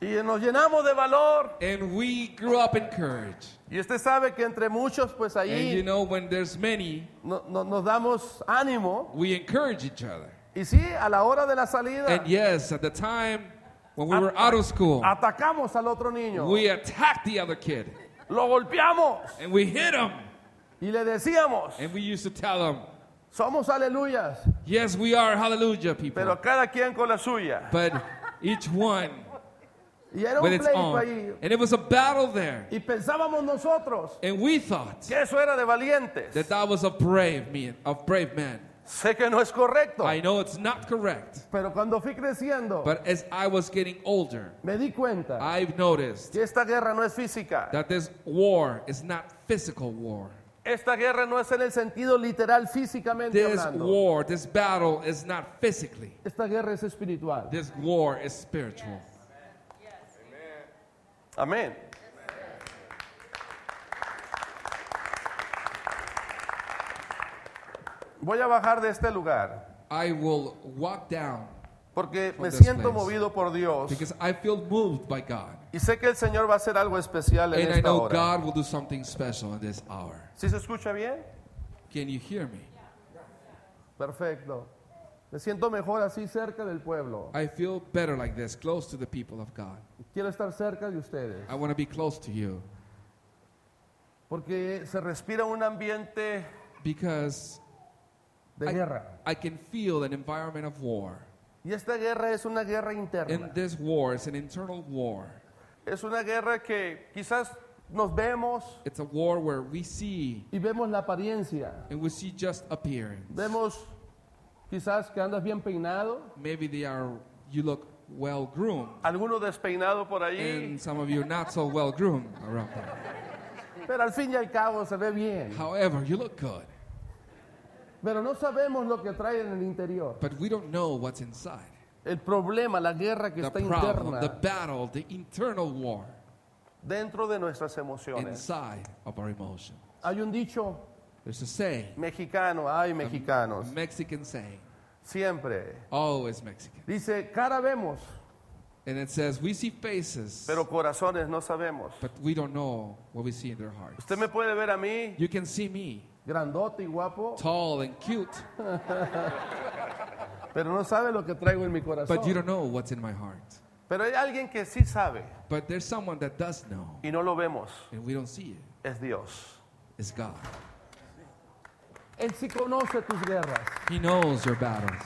y nos llenamos de valor
And we grew up in courage.
y usted sabe que entre muchos pues
And you
ahí
know, when there's many,
no- no- nos damos ánimo
we encourage each other.
y sí a la hora de la salida
And yes, at the time when we were out of school,
Ah, atacamos al otro niño
we attacked the other kid
lo golpeamos.
and we hit him.
y le decíamos
And we used to tell him,
Somos aleluyas,
Yes, we are hallelujah people.
Pero cada quien con la suya.
But each one
Y era un
with its
pleito
own.
ahí.
And it was a battle there.
Y pensábamos nosotros
And we thought
Que eso era de valientes.
that that was a brave man, a brave man.
Sé que no es correcto.
I know it's not correct,
Pero cuando fui creciendo,
but as I was getting older,
me di cuenta
I've noticed
Que esta guerra no es física.
that this war is not physical war.
Esta guerra no es
en el sentido literal, físicamente
This
hablando.
war, this battle is not physically.
Esta guerra es espiritual.
This war is spiritual.
Amén.
Voy a bajar de este lugar
I will walk down
porque me
this
siento
place.
movido por Dios
because I feel moved by God.
y sé que el Señor va a hacer algo especial en
And I
esta
know
hora.
God will do something special in this hour.
¿Sí se escucha bien?
Can you hear me?
Perfecto. Me siento mejor así cerca del pueblo.
I feel better like this, close to the people of God.
Quiero estar cerca de ustedes
I want to be close to you
porque se
Respira un ambiente
because
de
I-
guerra.
I can feel an environment of war.
Y esta guerra es una guerra interna.
And this war is an internal war.
es una guerra que quizás nos vemos,
It's a war where we see
Y vemos la apariencia.
and we see just appearance.
Vemos Quizás que andas bien peinado,
Maybe they are, you look well groomed,
Algunos despeinado por allí,
and some of you are not so well groomed around there.
pero al fin y al cabo se ve bien.
However, you look good,
Pero no sabemos lo que trae en el interior.
but we don't know what's inside.
El problema, la guerra que
The
está
problem, the
interna
battle, the internal war
dentro de nuestras emociones.
inside of our emotion.
Hay un dicho
There's a saying,
Mexicano, ay
a
mexicanos,
um. Mexican saying,
siempre.
always Mexican.
Dice, cara vemos,
And it says, we see faces,
Pero corazones no sabemos.
but we don't know what we see in their hearts.
Usted me puede ver a mí,
You can see me,
grandote y guapo,
tall and cute,
pero no sabe lo que traigo en mi corazón.
but you don't know what's in my heart.
pero hay alguien que sí sabe
But there's someone that does know,
y no lo vemos.
and we don't see it.
Es Dios.
It's God.
Él sí conoce tus guerras,
He knows your battles.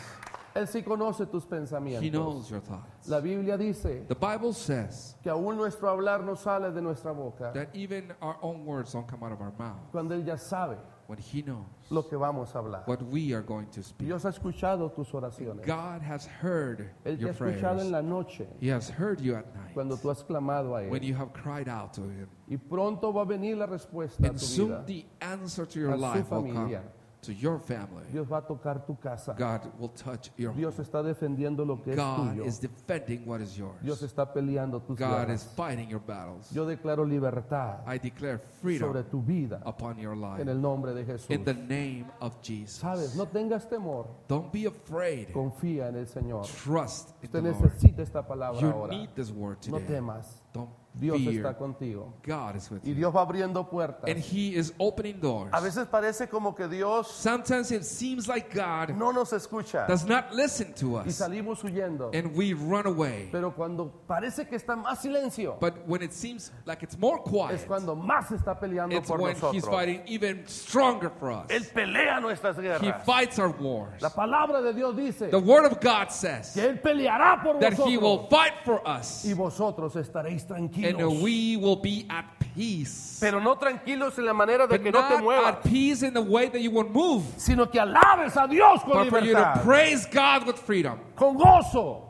Él sí conoce tus
He
pensamientos.
knows your thoughts.
La Biblia dice
The Bible says
que aún nuestro hablar no sale de nuestra boca
that even our own words don't come out of our mouth
cuando Él ya sabe
when He knows
lo que vamos a hablar.
what we are going to speak.
Dios ha escuchado tus oraciones.
God has heard
Él te ha
your
escuchado
prayers.
en la noche
He has heard you at
cuando
night
tú has clamado a
when
Él.
you have cried out to Him.
Y pronto va a venir la respuesta a
And
tu
soon
vida.
the answer to
A
your
su
life will come
familia.
to your family.
Dios va a tocar tu casa.
God will touch your home.
Dios está defendiendo lo que es
God
tuyo.
is defending what is
Dios
yours.
está peleando tus
God is
guerras.
fighting your battles.
Yo declaro libertad
I declare
sobre
freedom
tu vida
upon your life
en el nombre de Jesús.
in the name of Jesus.
Sabes, no tengas temor.
Don't be afraid.
Confía en el Señor.
Trust in
Usted
the Lord.
necesita esta palabra
You
ahora.
need this word
No
today.
temas.
Don't
Dios
fear.
está contigo.
God is with
Y
you.
Dios va abriendo puertas.
And He is opening doors.
A veces parece como que Dios
Sometimes it seems like God
no nos escucha.
does not listen to
Y
us
salimos huyendo.
and we run away.
Pero cuando parece que está más silencio,
But when it seems like it's more
es
quiet,
cuando más está peleando
it's
por
when
nosotros.
He's fighting even stronger for us.
Él pelea nuestras
He
guerras.
fights our wars.
La palabra de Dios dice
The Word of God says
que Él peleará por
that He will
vosotros.
fight for us
Y vosotros estaréis
and
tranquilos.
we will be at peace.
Pero no tranquilos en la manera de
But
que no te
not
muevas,
at peace in the way that you will move,
Sino que alabes a Dios con
but for you to
libertad,
praise God with freedom,
con gozo,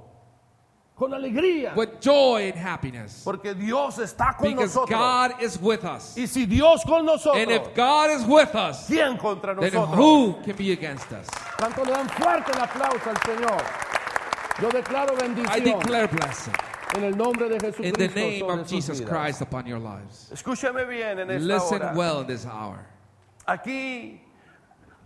con alegría.
with joy and happiness.
porque Dios está con
Because
nosotros.
God is with us.
Y si Dios con
And if
nosotros,
God is with us,
¿Quién contra
then
nosotros?
who can be against us?
tanto le dan fuerte el aplauso al Señor. Yo declaro
I
bendición
declare blessing
en el nombre de
in the name
Jesucristo sobre
of
sus
Jesus
vidas.
Christ upon your lives.
Escúchame bien en esta
Listen
hora.
well in this hour.
Aquí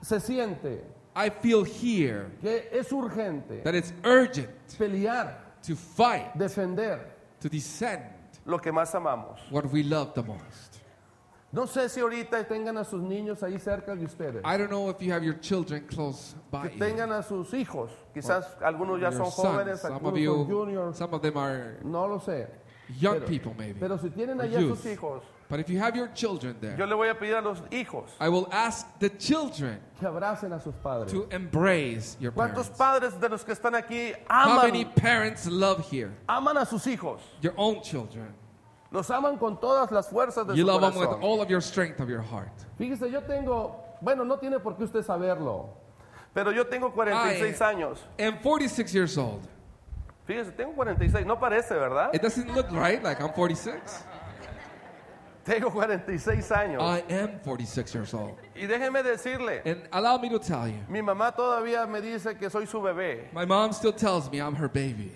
Se siente
I feel here
que es urgente
that it's urgent
pelear,
to fight,
defender.
to descend
lo que más amamos.
what we love the most.
No sé si ahorita tengan a sus niños ahí cerca de ustedes,
I don't know if you have your children close
que
by you.
tengan a sus hijos, quizás algunos ya
Your
son
sons,
jóvenes,
some of
algunos son
you,
juniors,
some of them are
no lo sé.
young
Pero-
people maybe.
Pero si tienen
or
allá a
youth.
sus hijos,
But if you have your children there,
Yo le voy a pedir a los hijos.
I will ask the children
que abracen a sus padres.
to embrace your
¿Cuántos
parents.
padres de los que están aquí
How many
aman,
parents love here?
aman a sus hijos?
Your own children.
Los aman con todas las fuerzas de
You
su
love them with
corazón.
all of your strength of your heart.
Fíjese, yo tengo, bueno, no tiene por qué usted saberlo.
Pero yo tengo 46 años.
I'm 46 years old.
Fíjese, tengo 46. No parece, ¿verdad?
It doesn't look right like I'm 46.
Tengo 46 años.
I am 46 years old.
Y déjeme decirle,
And allow me to tell you,
mi mamá todavía me dice que soy su bebé.
my mom still tells me I'm her baby.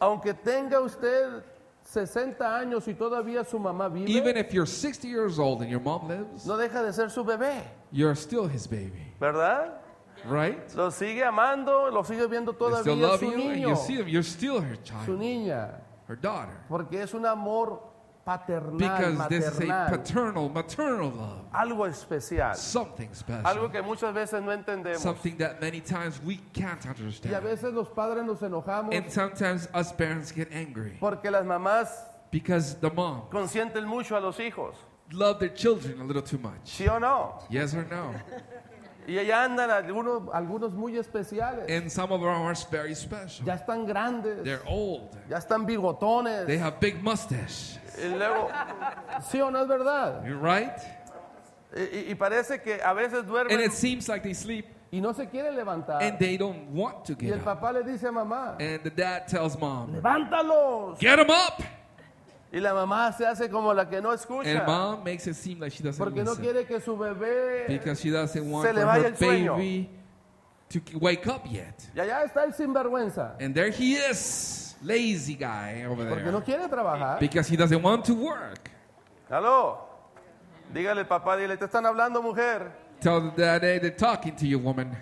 Aunque tenga usted 60 años y todavía su mamá vive,
Even if you're 60 years old and your mom lives,
No deja de ser su bebé,
you're still his baby,
¿verdad?
right?
Lo sigue amando, lo
lo sigue viendo
They still
todavía
love
su
you and you
niño,
see them. You're still her
su
child,
niña,
her daughter.
porque es un amor paternal,
Because this is a paternal,
maternal,
maternal love.
algo especial,
Something
algo
special.
que muchas veces no entendemos.
Something that many times we can't
y a
understand.
veces los padres nos enojamos
And sometimes us parents get angry
Porque las mamás
because the mom
consienten mucho a los hijos,
love their children a little too much.
¿sí o no?
Yes or no?
Y allá andan algunos
algunos muy especiales,
And some of them are very special.
ya están grandes,
They're old.
ya están bigotones,
They have big mustache.
y luego
sí o no es verdad,
You right?
Y, y parece que a veces
And
duermen
it seems like they sleep
Y no se quieren levantar.
and they don't want to
Y
get
el
up.
papá le dice a mamá,
And the dad tells mom,
¡Levántalos!
Get him up!
Y la mamá se hace como la que no
And
escucha.
mom makes it seem like she doesn't
porque no
listen
quiere que su bebé...
because she doesn't want
Se le
for
vaya
her
el sueño.
baby to k- wake up yet.
Y allá está el sinvergüenza.
And there he is, lazy guy over
Porque no
there
quiere trabajar.
because he doesn't want to work.
¡Aló! Dígale, papá, dile, te están hablando, mujer.
Tell the dad, hey, they're talking to you, woman.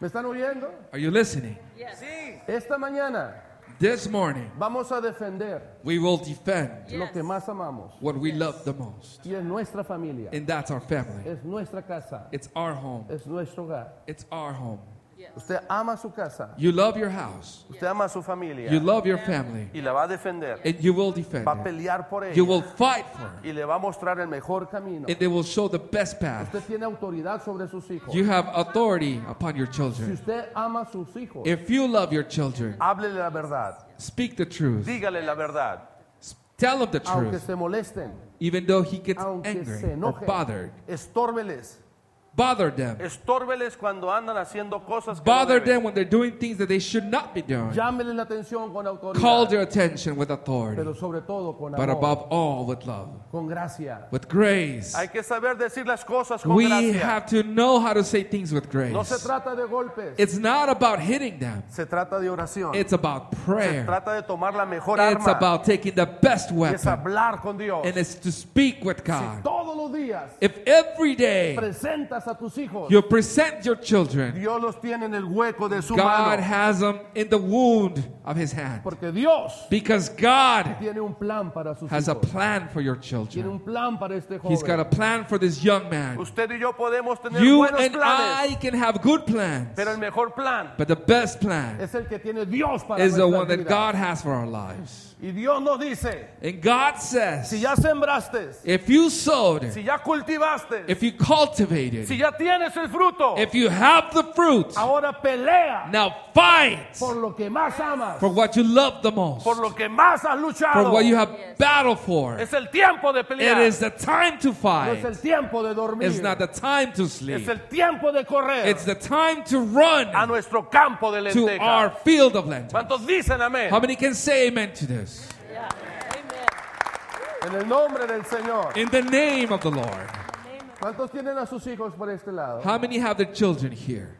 ¿Me están oyendo?
Are you listening?
Esta mañana
This morning,
vamos a defender
we will defend
lo que más amamos.
what we love the most,
Y es nuestra familia.
and that's our family.
Es nuestra casa.
It's our home.
Es nuestro hogar.
It's our home.
Usted ama su casa.
You love your house.
Usted ama a su familia
You love your family.
y la va a defender.
And you will defend
Va a
it.
pelear por ella
You will fight for it.
y le va a mostrar el mejor.
Mejor camino.
And they will show the best path.
Usted tiene autoridad sobre sus hijos.
You have authority upon your
Si
children.
usted ama a sus hijos,
If you love your children,
Háblele la verdad.
speak the truth.
Dígale la verdad.
Tell him the
aunque
truth.
se molesten,
Even though he gets
aunque se
angry or
enojen,
bothered,
estórbeles.
bother them.
Estórbeles cuando andan haciendo cosas que no
Bother
deben.
them when they're doing things that they should not be doing.
Llámele la atención con
Call
autoridad.
their attention with authority,
Pero sobre todo con
but
amor,
above all with love,
con gracia.
with grace.
Hay que saber decir las cosas con
We
gracia.
have to know how to say things with
No se
grace.
trata de golpes.
It's not about hitting them.
Se trata de oración.
It's about
Se
prayer.
trata de tomar la mejor
It's
arma.
about taking the best
y es
weapon.
hablar con Dios.
And it's to speak with God.
Todos los días
If every day
presentas a tus hijos.
you present your children,
Dios los tiene en el hueco de su
God
mano.
has them in the wound of his hand.
Porque Dios
Because God
tiene un plan para sus
has a
hijos.
plan for your
Tiene
children.
un plan para este
He's got a
joven.
plan for this young man.
Usted y yo podemos tener
You
buenos
and
planes,
I can have good plans,
pero el mejor plan
but the best plan
Es el que tiene Dios para
is the
nuestras
one that
vidas.
God has for our lives.
Y Dios nos dice,
And God says,
si ya sembraste,
if you sowed,
si ya cultivaste,
if you cultivated,
si ya tienes el fruto,
if you have the fruit,
ahora pelea
now fight
por lo que más amas,
for what you love the most,
por lo que más has
for
luchado,
what you have battled for.
es el tiempo de
It
pelear,
is the time to
no es el
fight.
tiempo de dormir,
It's not the time to
es
sleep.
el tiempo de correr
It's the time to
a
run
nuestro campo de
to our
lentejas.
field of lentil.
¿Cuántos dicen amén?
How many can say amen to this?
en el nombre del Señor.
In the name of the Lord.
¿Cuántos tienen a sus hijos por este lado?
How many have their children here?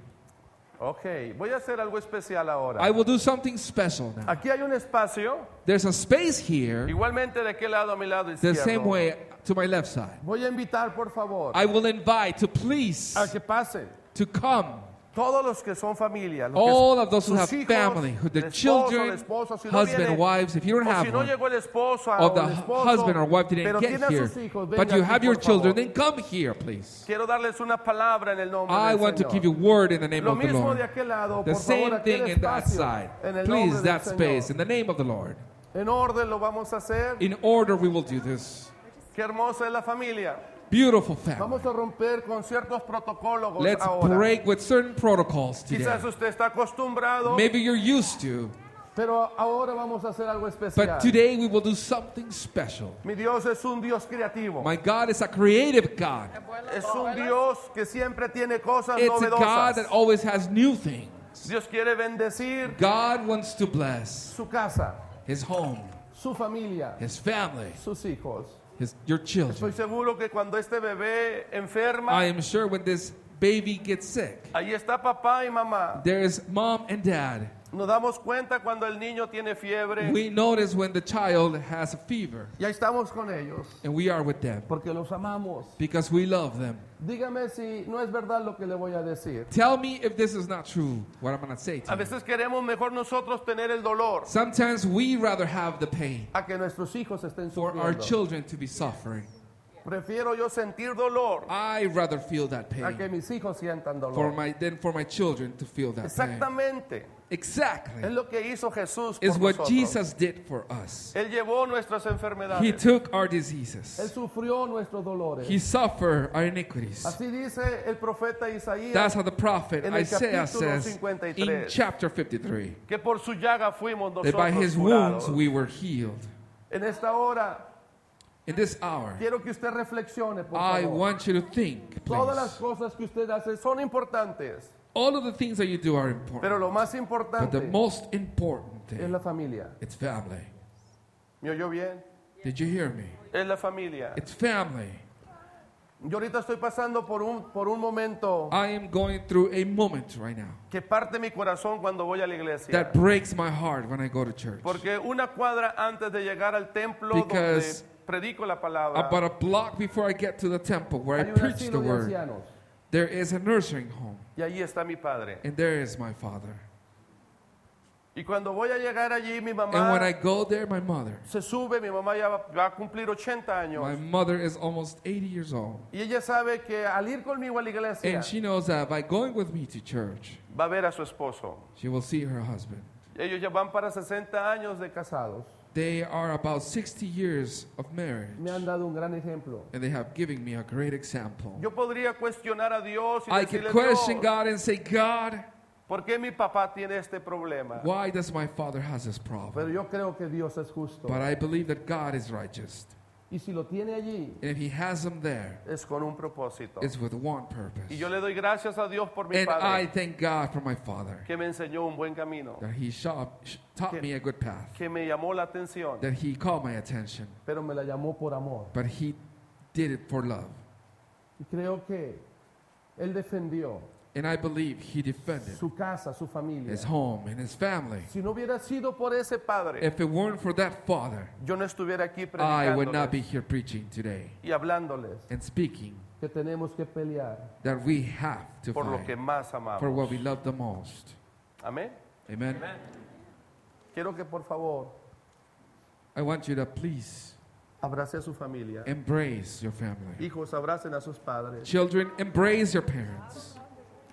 Ok, voy a hacer algo especial ahora.
I will do something special now.
Aquí hay un espacio,
There's a space here,
igualmente de aquel lado a mi lado
the
izquierdo.
same way to my left side.
Voy a invitar, por favor,
I will invite to please
Ah,
a que pasen.
to come
Todos los que son familia, los que
all of those who
sus
have
hijos,
family, who
el
the
esposo,
children,
la esposa, si no viene-
husband, wives. If you don't
o si
have
no
one,
llegó el esposo
or
o
the
el
hu-
esposo,
husband or wife
pero
didn't
tiene
get
a
here,
sus hijos,
but
vengan
you
aquí,
have your
por
children,
favor.
then come here, please.
Quiero darles una palabra en el nombre
I
del
want to
Señor.
give you word in the name
Lo
of the
mismo de
Lord.
aquel lado,
The
por favor,
same
aquel
thing in that
espacio,
side.
en el nombre
Please,
del
that space, in
Señor.
the name of the Lord.
En orden lo vamos a hacer.
In order, we will do this.
Qué hermosa es la familia.
Beautiful family.
Vamos a romper con ciertos protocolos
Let's
ahora.
break with certain protocols today.
Quizás usted está acostumbrado,
Maybe you're used to,
Pero ahora vamos a hacer algo especial.
but today we will do something special.
mi Dios es un Dios creativo.
My God is a creative God.
es un Dios que siempre tiene cosas
It's a God that
novedosas.
always has new things.
Dios quiere bendecir
God wants to bless
Su casa,
his home,
su familia,
his family,
sus hijos.
his, your
Estoy
children.
seguro que cuando este bebé enferma,
I am sure when this baby gets sick,
ahí está papá y mamá.
there is mom and dad.
Nos damos cuenta cuando el niño tiene fiebre
We notice when the child has a fever,
Y ahí estamos con ellos,
and we are with them
porque los amamos.
because we love them.
Dígame si no es verdad lo que le voy a decir.
Tell me if this is not true, what I'm going to say
A
to you.
veces queremos mejor nosotros tener el dolor
Sometimes we rather have the pain
A que nuestros hijos estén
for our
sufriendo.
children to be suffering.
Prefiero yo sentir dolor
I rather feel that
A que
pain
mis hijos sientan
for
dolor.
my, than for my children to feel that pain.
Exactamente Es
Exactly.
lo que hizo Jesús por
Is what
nosotros
Jesus did for us.
Él llevó nuestras
He
enfermedades
took our
Él
diseases.
sufrió nuestros dolores.
He suffered our iniquities.
Así dice el profeta
That's
Isaías
how the prophet
En el
Isaiah
capítulo
says
53.
in chapter 53
que por su llaga fuimos
that by
nosotros
his
curados
wounds we were healed.
en esta hora.
In this hour,
Quiero que usted reflexione, por
I
favor.
want you to think,
Todas las
please.
cosas que usted hace son importantes,
All of the things that you do are
pero
important.
lo más
But
importante
the most important
es
thing,
la familia.
it's family.
¿Me oyó bien?
Did you hear me?
Es la familia.
It's family.
Yo ahorita estoy pasando por un, por un momento
I am going through a moment right now
que parte mi corazón cuando voy a la iglesia.
that breaks my heart when I go to church.
Porque una cuadra antes de llegar al templo donde
Because-
predico la palabra,
About a block before I get to the temple where I
hay un
preach the
asilo de
word,
ancianos.
there is a nursing home,
Y ahí está mi padre.
and there is my father.
Y cuando voy a llegar allí, mi
And when I
mamá
go there, my mother.
se sube, mi mamá ya va, va a cumplir 80
My
años.
mother is almost 80 years old.
Y ella sabe que al ir conmigo a la iglesia,
And she knows that by going with me to church,
va a ver a su esposo.
she will see her husband.
Ellos ya van para 60 años de casados.
They are about 60 years of marriage,
Me han dado un gran ejemplo.
and they have given me a great example.
Yo podría cuestionar a Dios y
I can
decirle,
question
"Dios,
God and say, God,
¿por qué mi papá tiene este problema?
why does my father has this
Pero
problem?
yo creo que Dios es justo.
But I believe that God is righteous.
Y si lo tiene allí,
And if he has him there,
Es con un propósito.
it's with one
Y
purpose.
yo le doy gracias a Dios por mi
And I
padre
thank God for my father
que me enseñó un buen camino,
that he sho- sh- taught me a good path,
que me llamó la atención,
that he called my attention,
pero me la llamó por amor.
but he did it for love.
Y creo que Él defendió
And I believe he defended
su casa, su familia.
his home and his family.
Si no hubiera sido por ese padre,
If it weren't for that father,
yo no estuviera aquí
I would not be
predicándoles
here preaching today
y hablándoles
and speaking
Que tenemos que pelear
that we have to
por lo que
fight
más
for
amamos.
what we love the most.
Amén.
Amen.
Quiero que por favor
I want you to please
abrace a su familia.
embrace your family.
Hijos, abracen a sus padres.
Children, embrace your parents.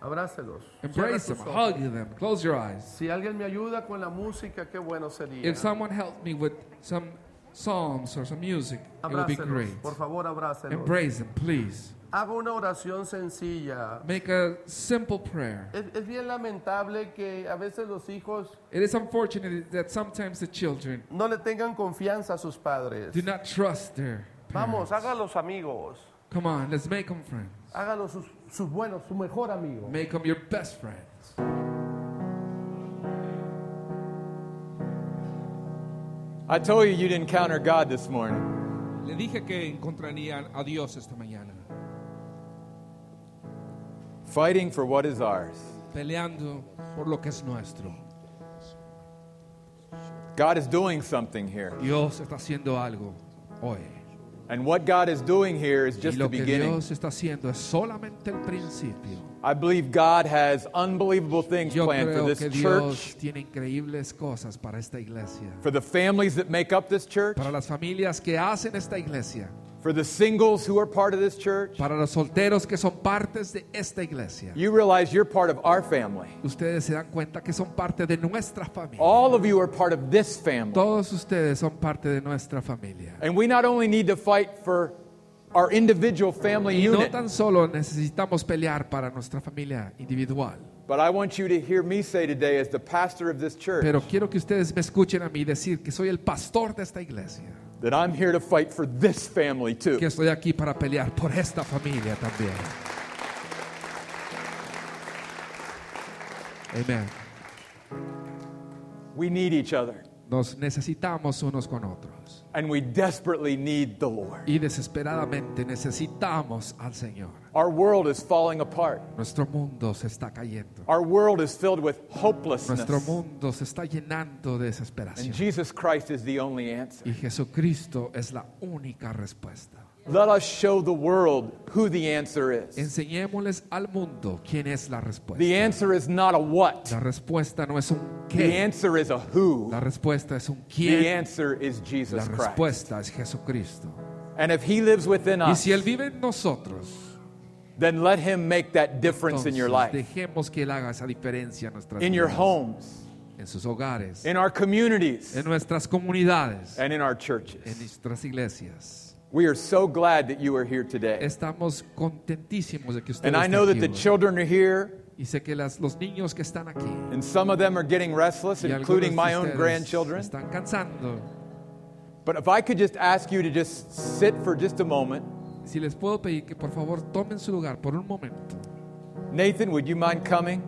Abrácelos. Cierra
Embrace them,
sus ojos.
hug them, close your eyes.
Si alguien me ayuda con la música, qué bueno sería.
If someone helped me with some psalms or some music, it would be
Abrácelos,
great.
por favor, abrácelos.
Embrace them, please.
Haga una oración sencilla.
Make a simple prayer.
Es, es bien lamentable que a veces los hijos
It is unfortunate that sometimes the children
no le tengan confianza a sus padres.
do not trust their
Vamos,
parents.
hágalos amigos.
Come on, let's make them friends.
Hágalos sus,
su bueno, su mejor amigo.
Make them your best friends.
I told you you'd encounter God this morning.
Le dije que encontrarían a Dios esta mañana,
Fighting for what is ours.
peleando por lo que es nuestro.
God is doing something here.
Dios está haciendo algo hoy.
And what God is doing here is
Y
just the
lo que
beginning.
Dios está haciendo es solamente el principio.
I believe God has unbelievable things
Yo
planned for
creo
this
que
church,
Dios tiene increíbles cosas para esta iglesia.
for the families that make up this church,
Para las familias que hacen esta iglesia,
for the singles who are part of this church.
para los solteros que son partes de esta iglesia.
You realize you're part of our family.
Ustedes se dan cuenta que son parte de nuestra familia.
All of you are part of this family.
Todos ustedes son parte de nuestra familia.
And we not only need to fight for our individual family
Y no
unit,
tan solo necesitamos pelear para nuestra familia individual,
but I want you to hear me say today, as the pastor of this church,
pero quiero que ustedes me escuchen a mí decir que soy el pastor de esta iglesia,
that I'm here to fight for this family
que
too.
estoy aquí para pelear por esta familia también. Amén.
We need each other,
Nos necesitamos unos con otros
and we desperately need the Lord.
y desesperadamente necesitamos al Señor.
Our world is falling apart.
Nuestro mundo se está cayendo.
Our world is filled with
Nuestro
hopelessness.
mundo se está llenando de
And
desesperación.
Jesus Christ is the only answer.
Y Jesucristo es la única respuesta.
Let us show the world who the answer is.
Enseñémosles al mundo quién es la
The
respuesta.
answer is not a what,
La respuesta no es un
the
qué.
answer is a who.
La respuesta es un
The
quién.
answer is
La
Jesus Christ.
respuesta es Jesucristo.
And if He lives within
Y
us,
si Él vive en nosotros,
then let Him make that difference in
entonces
your life,
dejemos que Él haga esa diferencia en nuestras
in your
vidas,
homes,
en sus hogares,
in our communities,
en nuestras comunidades,
and in our
en
churches.
nuestras iglesias.
We are so glad that you are here today.
Estamos contentísimos de que ustedes
And I know that
estén
the
aquí hoy.
children are here,
Y sé que las- los niños que están aquí
and some of them are getting restless,
y
including
algunos de
my own
ustedes
grandchildren.
están cansando
But if I could just ask you to just sit for just a moment.
Si les puedo pedir que por favor tomen su lugar por un momento.
Nathan, would you mind coming?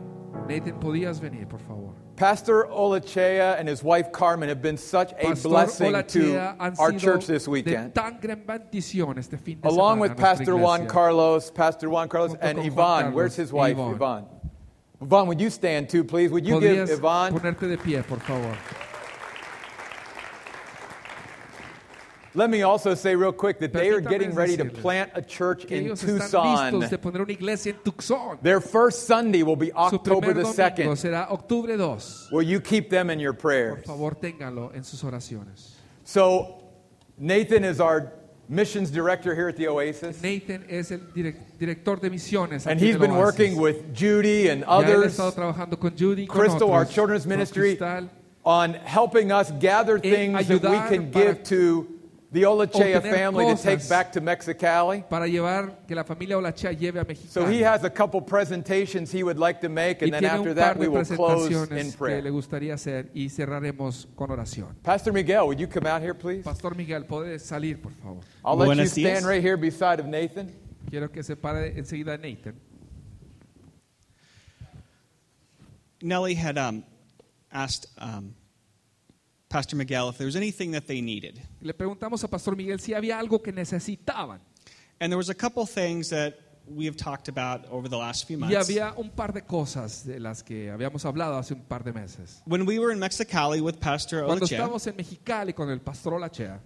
Nathan, podías venir, por favor.
Pastor Olachea and his wife Carmen have been such a
Pastor
blessing
Olachea
to
han
our
sido
church this
De
weekend.
tan gran bendición este fin de
Along
semana
with
a nuestra
Pastor Juan
iglesia.
Carlos, Pastor Juan Carlos,
Junto
and
con Juan
Yvonne.
Carlos
Where's his
y
wife,
Yvonne.
Yvonne? Yvonne, would you stand too, please? Would you give
Podrías
Yvonne?
ponerte de pie, por favor.
Let me also say real quick that they are
Permítame
getting ready to
decirles
plant a church
Que
in
ellos están listos de
Tucson.
poner una iglesia en Tucson.
Their first Sunday will be
Su
October
primer
the
domingo
2nd.
será octubre 2.
Will you keep them in your
Por
prayers?
favor, ténganlo en sus oraciones.
So, Nathan is our missions director here at the Oasis.
Nathan es el direc- director de misiones.
And
aquí
he's
en el
been
Oasis.
working with Judy and
Ya él ha
others,
estado trabajando con Judy, con
Crystal, our
otros,
children's
con
ministry,
Cristal, Eh,
on helping us gather things that we
ayudar
can
para
give to the Olachea
obtener
family to take
cosas.
back to Mexicali.
para llevar que la familia Olachea lleve a México.
So he has a couple presentations he would like to make,
y
and then
tiene un
after that
par de
we will close in
presentaciones que le
prayer.
gustaría hacer y cerraremos con oración.
Pastor Miguel, would you come out here, please?
Pastor Miguel, puede salir, por favor.
I'll let you
Muy buenos días.
stand right here beside of Nathan.
Quiero que se pare enseguida Nathan.
Nellie had um, asked um, Pastor Miguel if there was anything that they needed.
Le preguntamos a Pastor Miguel si había algo que necesitaban.
And there was a couple things that we have talked about over the last few
Y
months.
había un par de cosas de las que habíamos hablado hace un par de meses.
When we were in Mexicali with Pastor
Cuando
Olachea,
estábamos en Mexicali con el pastor Olachea,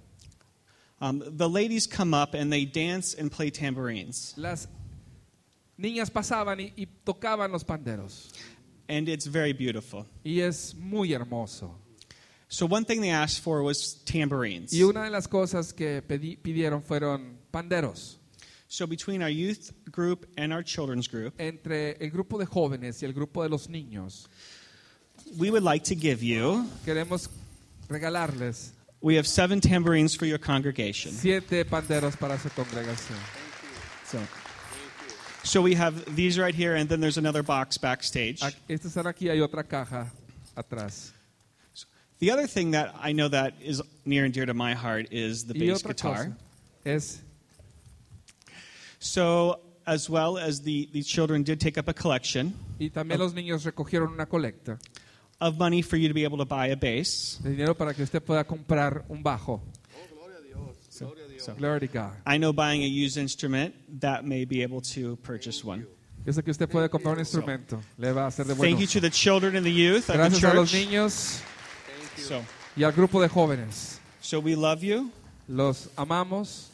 um, the ladies come up and they dance and play tambourines.
las niñas pasaban y, y tocaban los panderos.
And it's very beautiful.
Y es muy hermoso.
So one thing they asked for was tambourines.
Y una de las cosas que pedí- pidieron fueron panderos.
So between our youth group and our children's group,
Entre el grupo de jóvenes y el grupo de los niños,
we would like to give you.
queremos regalarles
We have seven tambourines for your congregation.
siete panderos para su congregación.
So, so we have these right here, and then there's another box backstage.
Ac- Estos están aquí, hay otra caja atrás.
The other thing that I know that is near and dear to my heart is the
Y
bass
otra
guitar.
cosa es
So, as well as the, the children did take up a collection
Y también los niños recogieron una colecta
of money for you to be able to buy a bass.
de dinero para que usted pueda comprar un bajo. Glory to God.
I know buying a used instrument that may be able to purchase one.
Yo sé que usted puede comprar un instrumento. Le va a hacer de bueno.
Thank you to the children and the youth of the
Gracias a los
church.
niños
So,
y al grupo de jóvenes.
so we love you,
Los amamos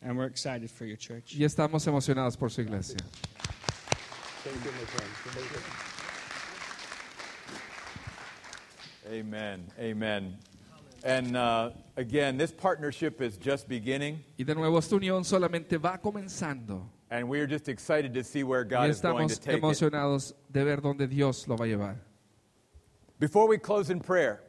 and we're excited for your church.
y estamos emocionados por su iglesia.
Amen. Amen. And uh, again, this partnership is just beginning,
Y de nuevo, esta unión solamente va comenzando.
and we are just excited to see where
Y
God is going to
estamos
take it.
emocionados de ver dónde Dios lo va a llevar.
Before we close in prayer,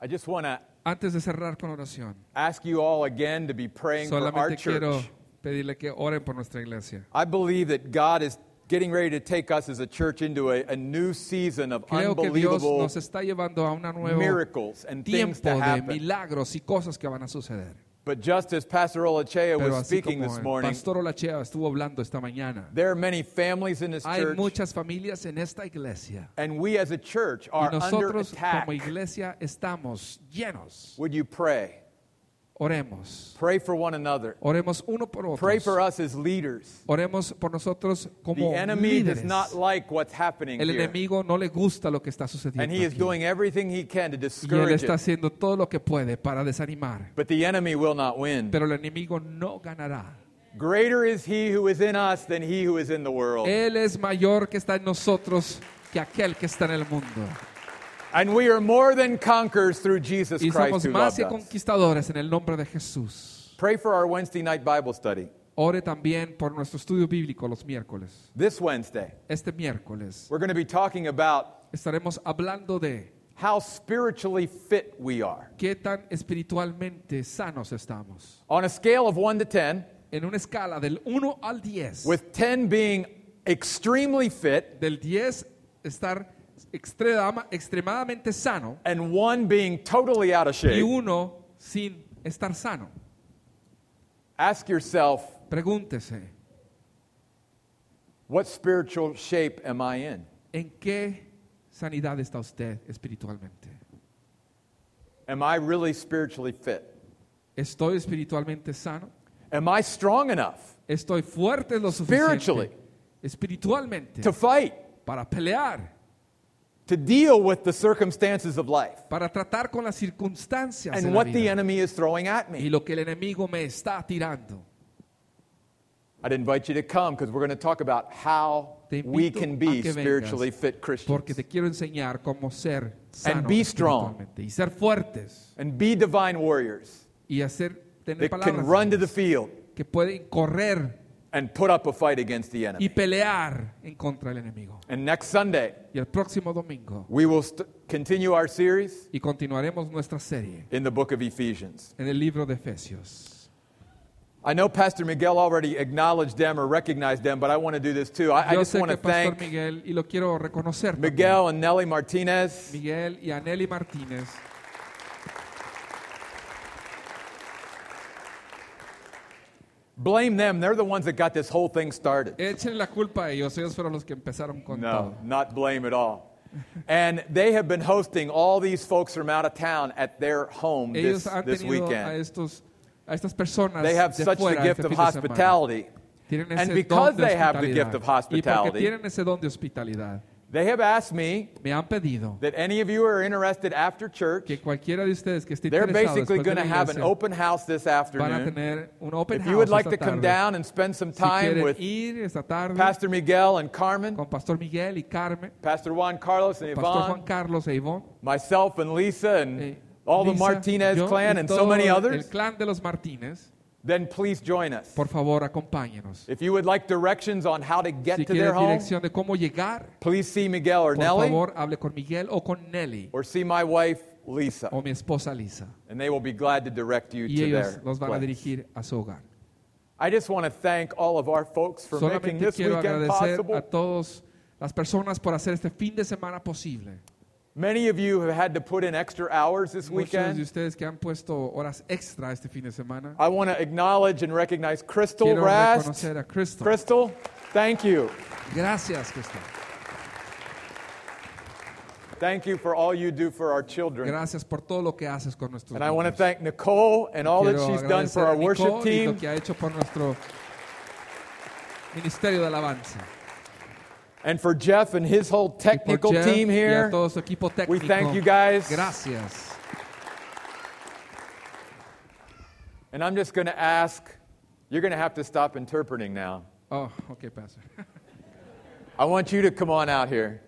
I just want to
Antes de cerrar con oración,
ask you all again to be praying for our
solamente quiero
church.
pedirle que oren por nuestra iglesia.
I believe that God is getting ready to take us as a church into a, a new season of
Creo que Dios
unbelievable
nos está llevando a una nueva
miracles and things to
tiempo de
happen.
milagros y cosas que van a suceder.
But just as Pastor Olachea
Pero
was
así
speaking
como
this
el
morning,
pastor Olachea estuvo hablando esta mañana,
there are many families in this
hay
church,
muchas familias en esta iglesia
and we as a church are
y
under
nosotros
attack.
como iglesia estamos llenos.
Would you pray?
Oremos,
Pray for one another.
oremos uno por
Pray for
otro.
us as leaders.
Oremos por nosotros
The
como
enemy does
líderes.
not like what's happening
El
here,
enemigo no le gusta lo que está
and
sucediendo.
he is
aquí.
doing everything he can to
Y él
discourage
está
it.
haciendo todo lo que puede para desanimar,
But the enemy will not win.
pero el enemigo no ganará.
Greater is he who is in us than he who is in the world.
Él es mayor que está en nosotros que aquel que está en el mundo.
And we are more than conquerors through Jesus
Y
Christ
somos
who
más
loved
que
us.
conquistadores en el nombre de Jesús.
Pray for our Wednesday night Bible study.
Ore también por nuestro estudio bíblico los miércoles.
This Wednesday,
Este miércoles
we're going to be talking about
estaremos hablando de
how spiritually fit we are.
qué tan espiritualmente sanos estamos.
On a scale of 1 to 10,
En una escala del 1 al 10.
with 10 being extremely fit
Del 10 estar extrema- extremadamente sano
and one being totally out of
y
shape,
uno sin estar sano.
ask yourself,
Pregúntese,
what spiritual shape am I in?
¿en qué sanidad está usted espiritualmente?
Am I really spiritually fit?
¿Estoy espiritualmente sano?
Am I strong enough
¿Estoy fuerte lo
Spiritually.
suficiente espiritualmente
to fight,
para pelear,
to deal with the circumstances of life
para tratar con las circunstancias de
and
la
what the
vida
enemy is throwing at
y
me?
lo que el enemigo me está tirando?
I'd invite you to come because we're going to talk about how
Te
we
invito
can
a
be
que vengas,
spiritually fit
Porque
Christians
te quiero enseñar cómo ser sanos
be strong.
espiritualmente y ser fuertes
and be divine warriors
y hacer tener
that can
palabras
run to the field
que pueden correr
and put up a fight against the
y
enemy.
pelear en contra del enemigo.
And next Sunday,
Y el próximo domingo
we will st- continue our series
y continuaremos nuestra serie
in the book of Ephesians.
en el libro de Efesios.
I know Pastor Miguel already acknowledged them or recognized them, but I want to do this too. I, I
Yo
just
sé
want
que
to
Pastor
thank
Miguel y lo quiero reconocer. también.
Miguel and Nelly Martinez
Miguel y Aneli Martínez
Blame them. They're the ones that got this whole thing started.
Échenle la culpa a ellos, ellos fueron los que empezaron con
No,
todo.
not blame at all. And they have been hosting all these folks from out of town at their home
Ellos
this,
han
this
tenido a
weekend.
estos a estas personas
They have
de
such the
fuera
gift
este
of
fin de semana.
hospitality.
Tienen ese
And
don
because
de
they have the
hospitalidad.
gift of
y porque
hospitality,
tienen ese don de hospitalidad,
they have asked me
me han pedido
that any of you who are interested after church,
que cualquiera de ustedes que esté
they're
interesado
basically
después de
going
la
to have an
iglesia,
open house this
van a
afternoon.
tener un open
If
house
you would like
esta
to come
tarde.
down and spend some
si
time
quieren
with
ir esta tarde
Pastor Miguel and Carmen,
con Pastor Miguel y Carmen,
Pastor Juan Carlos and
Pastor Juan
Yvonne,
Carlos e Ivonne,
myself and Lisa and
eh,
all the
Lisa,
Martinez
yo
clan
y
and
todo
so many
el-
others,
El clan de los Martínez,
then please join us.
por favor, acompáñenos.
If you would like directions on how to get
Si
to their
quieres
home,
dirección de cómo llegar,
please see Miguel or
por
Nelly
favor, hable con Miguel o con Nelly
or see my wife Lisa,
o mi esposa Lisa.
and they will be glad to direct you
Y
to
ellos
their
los van a
place.
dirigir a su hogar.
I just want to thank all of our folks for making
Solamente
this
quiero
weekend
agradecer a
possible.
todas las personas por hacer este fin de semana posible.
Many of you have had to put in extra hours this
Muchos de
weekend.
ustedes que han puesto horas extra este fin de semana.
I want to acknowledge and recognize Crystal
Quiero
Rast.
reconocer a Crystal.
Crystal, thank you.
Gracias, Crystal.
Thank you for all you do for our children.
Gracias por todo lo que haces con nuestros
And I want to
niños.
thank Nicole and all that
Quiero
she's done for
agradecer a
our worship
Nicole y lo
team.
que ha hecho por nuestro ministerio de alabanza.
And for Jeff and his whole
Y por
technical
Jeff
team
y a
here,
todo su equipo
we
técnico.
thank you guys.
Gracias.
And I'm just going to ask, you're going to have to stop interpreting now.
Oh, ok, Pastor.
I want you to come on out here.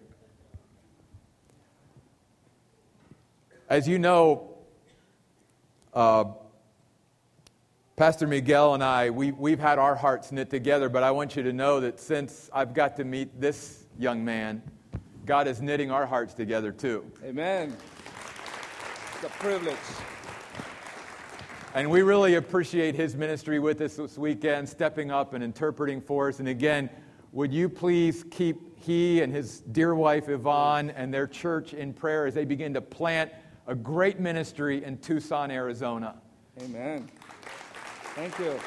As you know, uh, Pastor Miguel and I, we, we've had our hearts knit together, but I want you to know that since I've got to meet this young man, God is knitting our hearts together too.
Amen. It's a privilege.
And we really appreciate his ministry with us this weekend, stepping up and interpreting for us. And again, would you please keep he and his dear wife Yvonne and their church in prayer as they begin to plant a great ministry in Tucson, Arizona?
Amen. Thank you.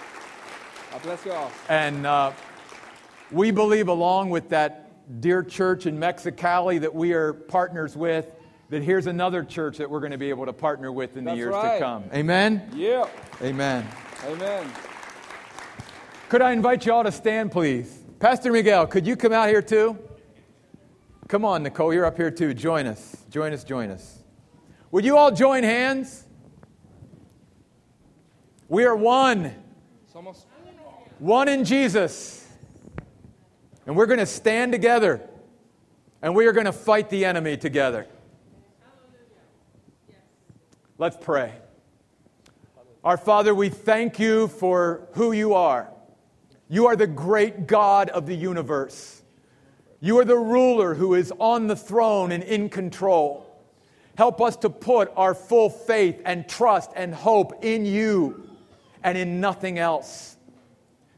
God bless you all.
And uh, we believe, along with that dear church in Mexicali that we are partners with, that here's another church that we're going to be able to partner with in the
That's
years to
right.
come. Amen?
Yeah.
Amen.
Amen.
Could I invite you all to stand, please? Pastor Miguel, could you come out here too? Come on, Nicole, you're up here too. Join us. Join us, join us. Would you all join hands? We are one,
Somos
one in Jesus. And we're going to stand together and we are going to fight the enemy together. Let's pray. Our Father, we thank you for who you are. You are the great God of the universe. You are the ruler who is on the throne and in control. Help us to put our full faith and trust and hope in you and in nothing else.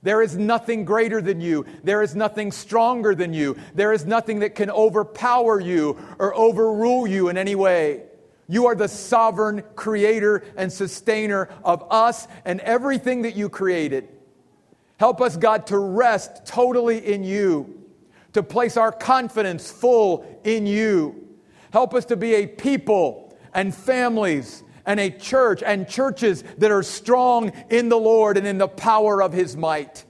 There is nothing greater than you. There is nothing stronger than you. There is nothing that can overpower you or overrule you in any way. You are the sovereign creator and sustainer of us and everything that you created. Help us, God, to rest totally in you, to place our confidence full in you. Help us to be a people and families and a church and churches that are strong in the Lord and in the power of his might.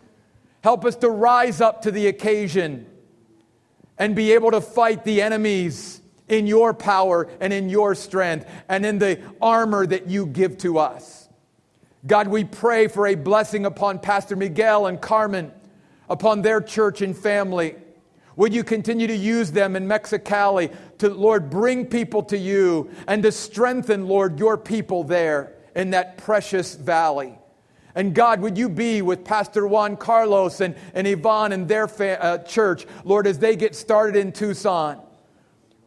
Help us to rise up to the occasion and be able to fight the enemies in your power and in your strength and in the armor that you give to us. God, we pray for a blessing upon Pastor Miguel and Carmen, upon their church and family. Would you continue to use them in Mexicali to, Lord, bring people to you and to strengthen, Lord, your people there in that precious valley? And God, would you be with Pastor Juan Carlos and, and Yvonne and their fa- uh, church, Lord, as they get started in Tucson?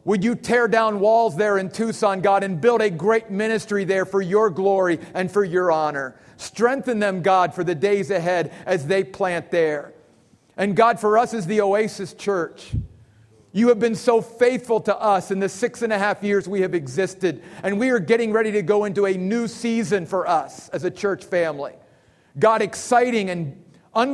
Would you tear down walls there in Tucson, God, and build a great ministry there for your glory and for your honor? Strengthen them, God, for the days ahead as they plant there. And God, for us as the Oasis Church, you have been so faithful to us in the six and a half years we have existed. And we are getting ready to go into a new season for us as a church family. God, exciting and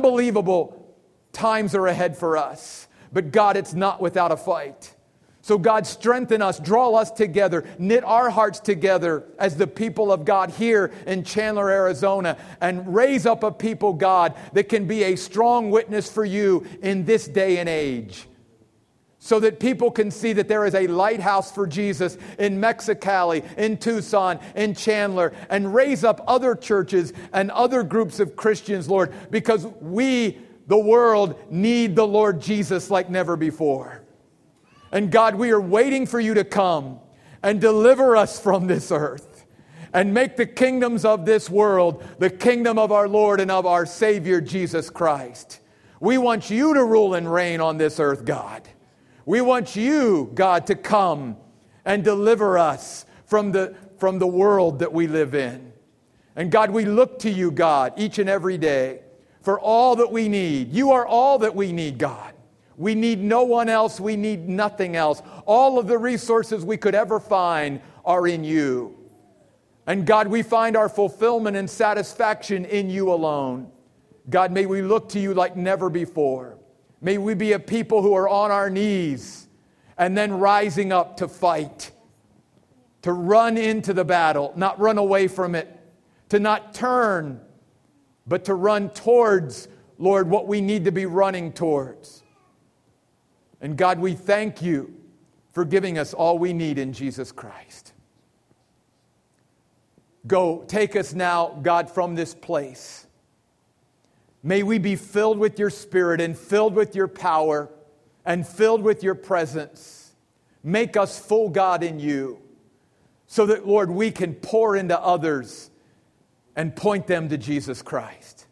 unbelievable times are ahead for us. But God, it's not without a fight. So, God, strengthen us, draw us together, knit our hearts together as the people of God here in Chandler, Arizona, and raise up a people, God, that can be a strong witness for you in this day and age. So that people can see that there is a lighthouse for Jesus in Mexicali, in Tucson, in Chandler, and raise up other churches and other groups of Christians, Lord, because we, the world, need the Lord Jesus like never before. And God, we are waiting for you to come and deliver us from this earth and make the kingdoms of this world the kingdom of our Lord and of our Savior Jesus Christ. We want you to rule and reign on this earth, God. We want you, God, to come and deliver us from the, from the world that we live in. And God, we look to you, God, each and every day for all that we need. You are all that we need, God. We need no one else. We need nothing else. All of the resources we could ever find are in you. And God, we find our fulfillment and satisfaction in you alone. God, may we look to you like never before. May we be a people who are on our knees and then rising up to fight, to run into the battle, not run away from it, to not turn, but to run towards, Lord, what we need to be running towards. And God, we thank you for giving us all we need in Jesus Christ. Go, take us now, God, from this place. May we be filled with your spirit and filled with your power and filled with your presence. Make us full, God, in you, so that, Lord, we can pour into others and point them to Jesus Christ.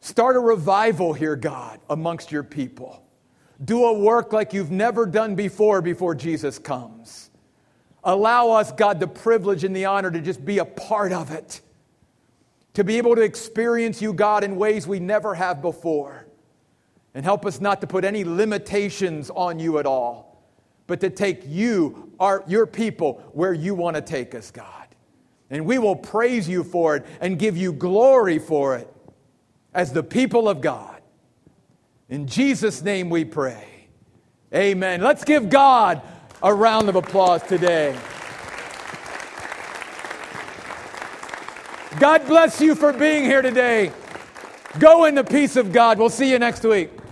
Start a revival here, God, amongst your people. Do a work like you've never done before before Jesus comes. Allow us, God, the privilege and the honor to just be a part of it, to be able to experience you, God, in ways we never have before. And help us not to put any limitations on you at all, but to take you, our, your people, where you want to take us, God. And we will praise you for it and give you glory for it as the people of God. In Jesus' name we pray. Amen. Let's give God a round of applause today. God bless you for being here today. Go in the peace of God. We'll see you next week.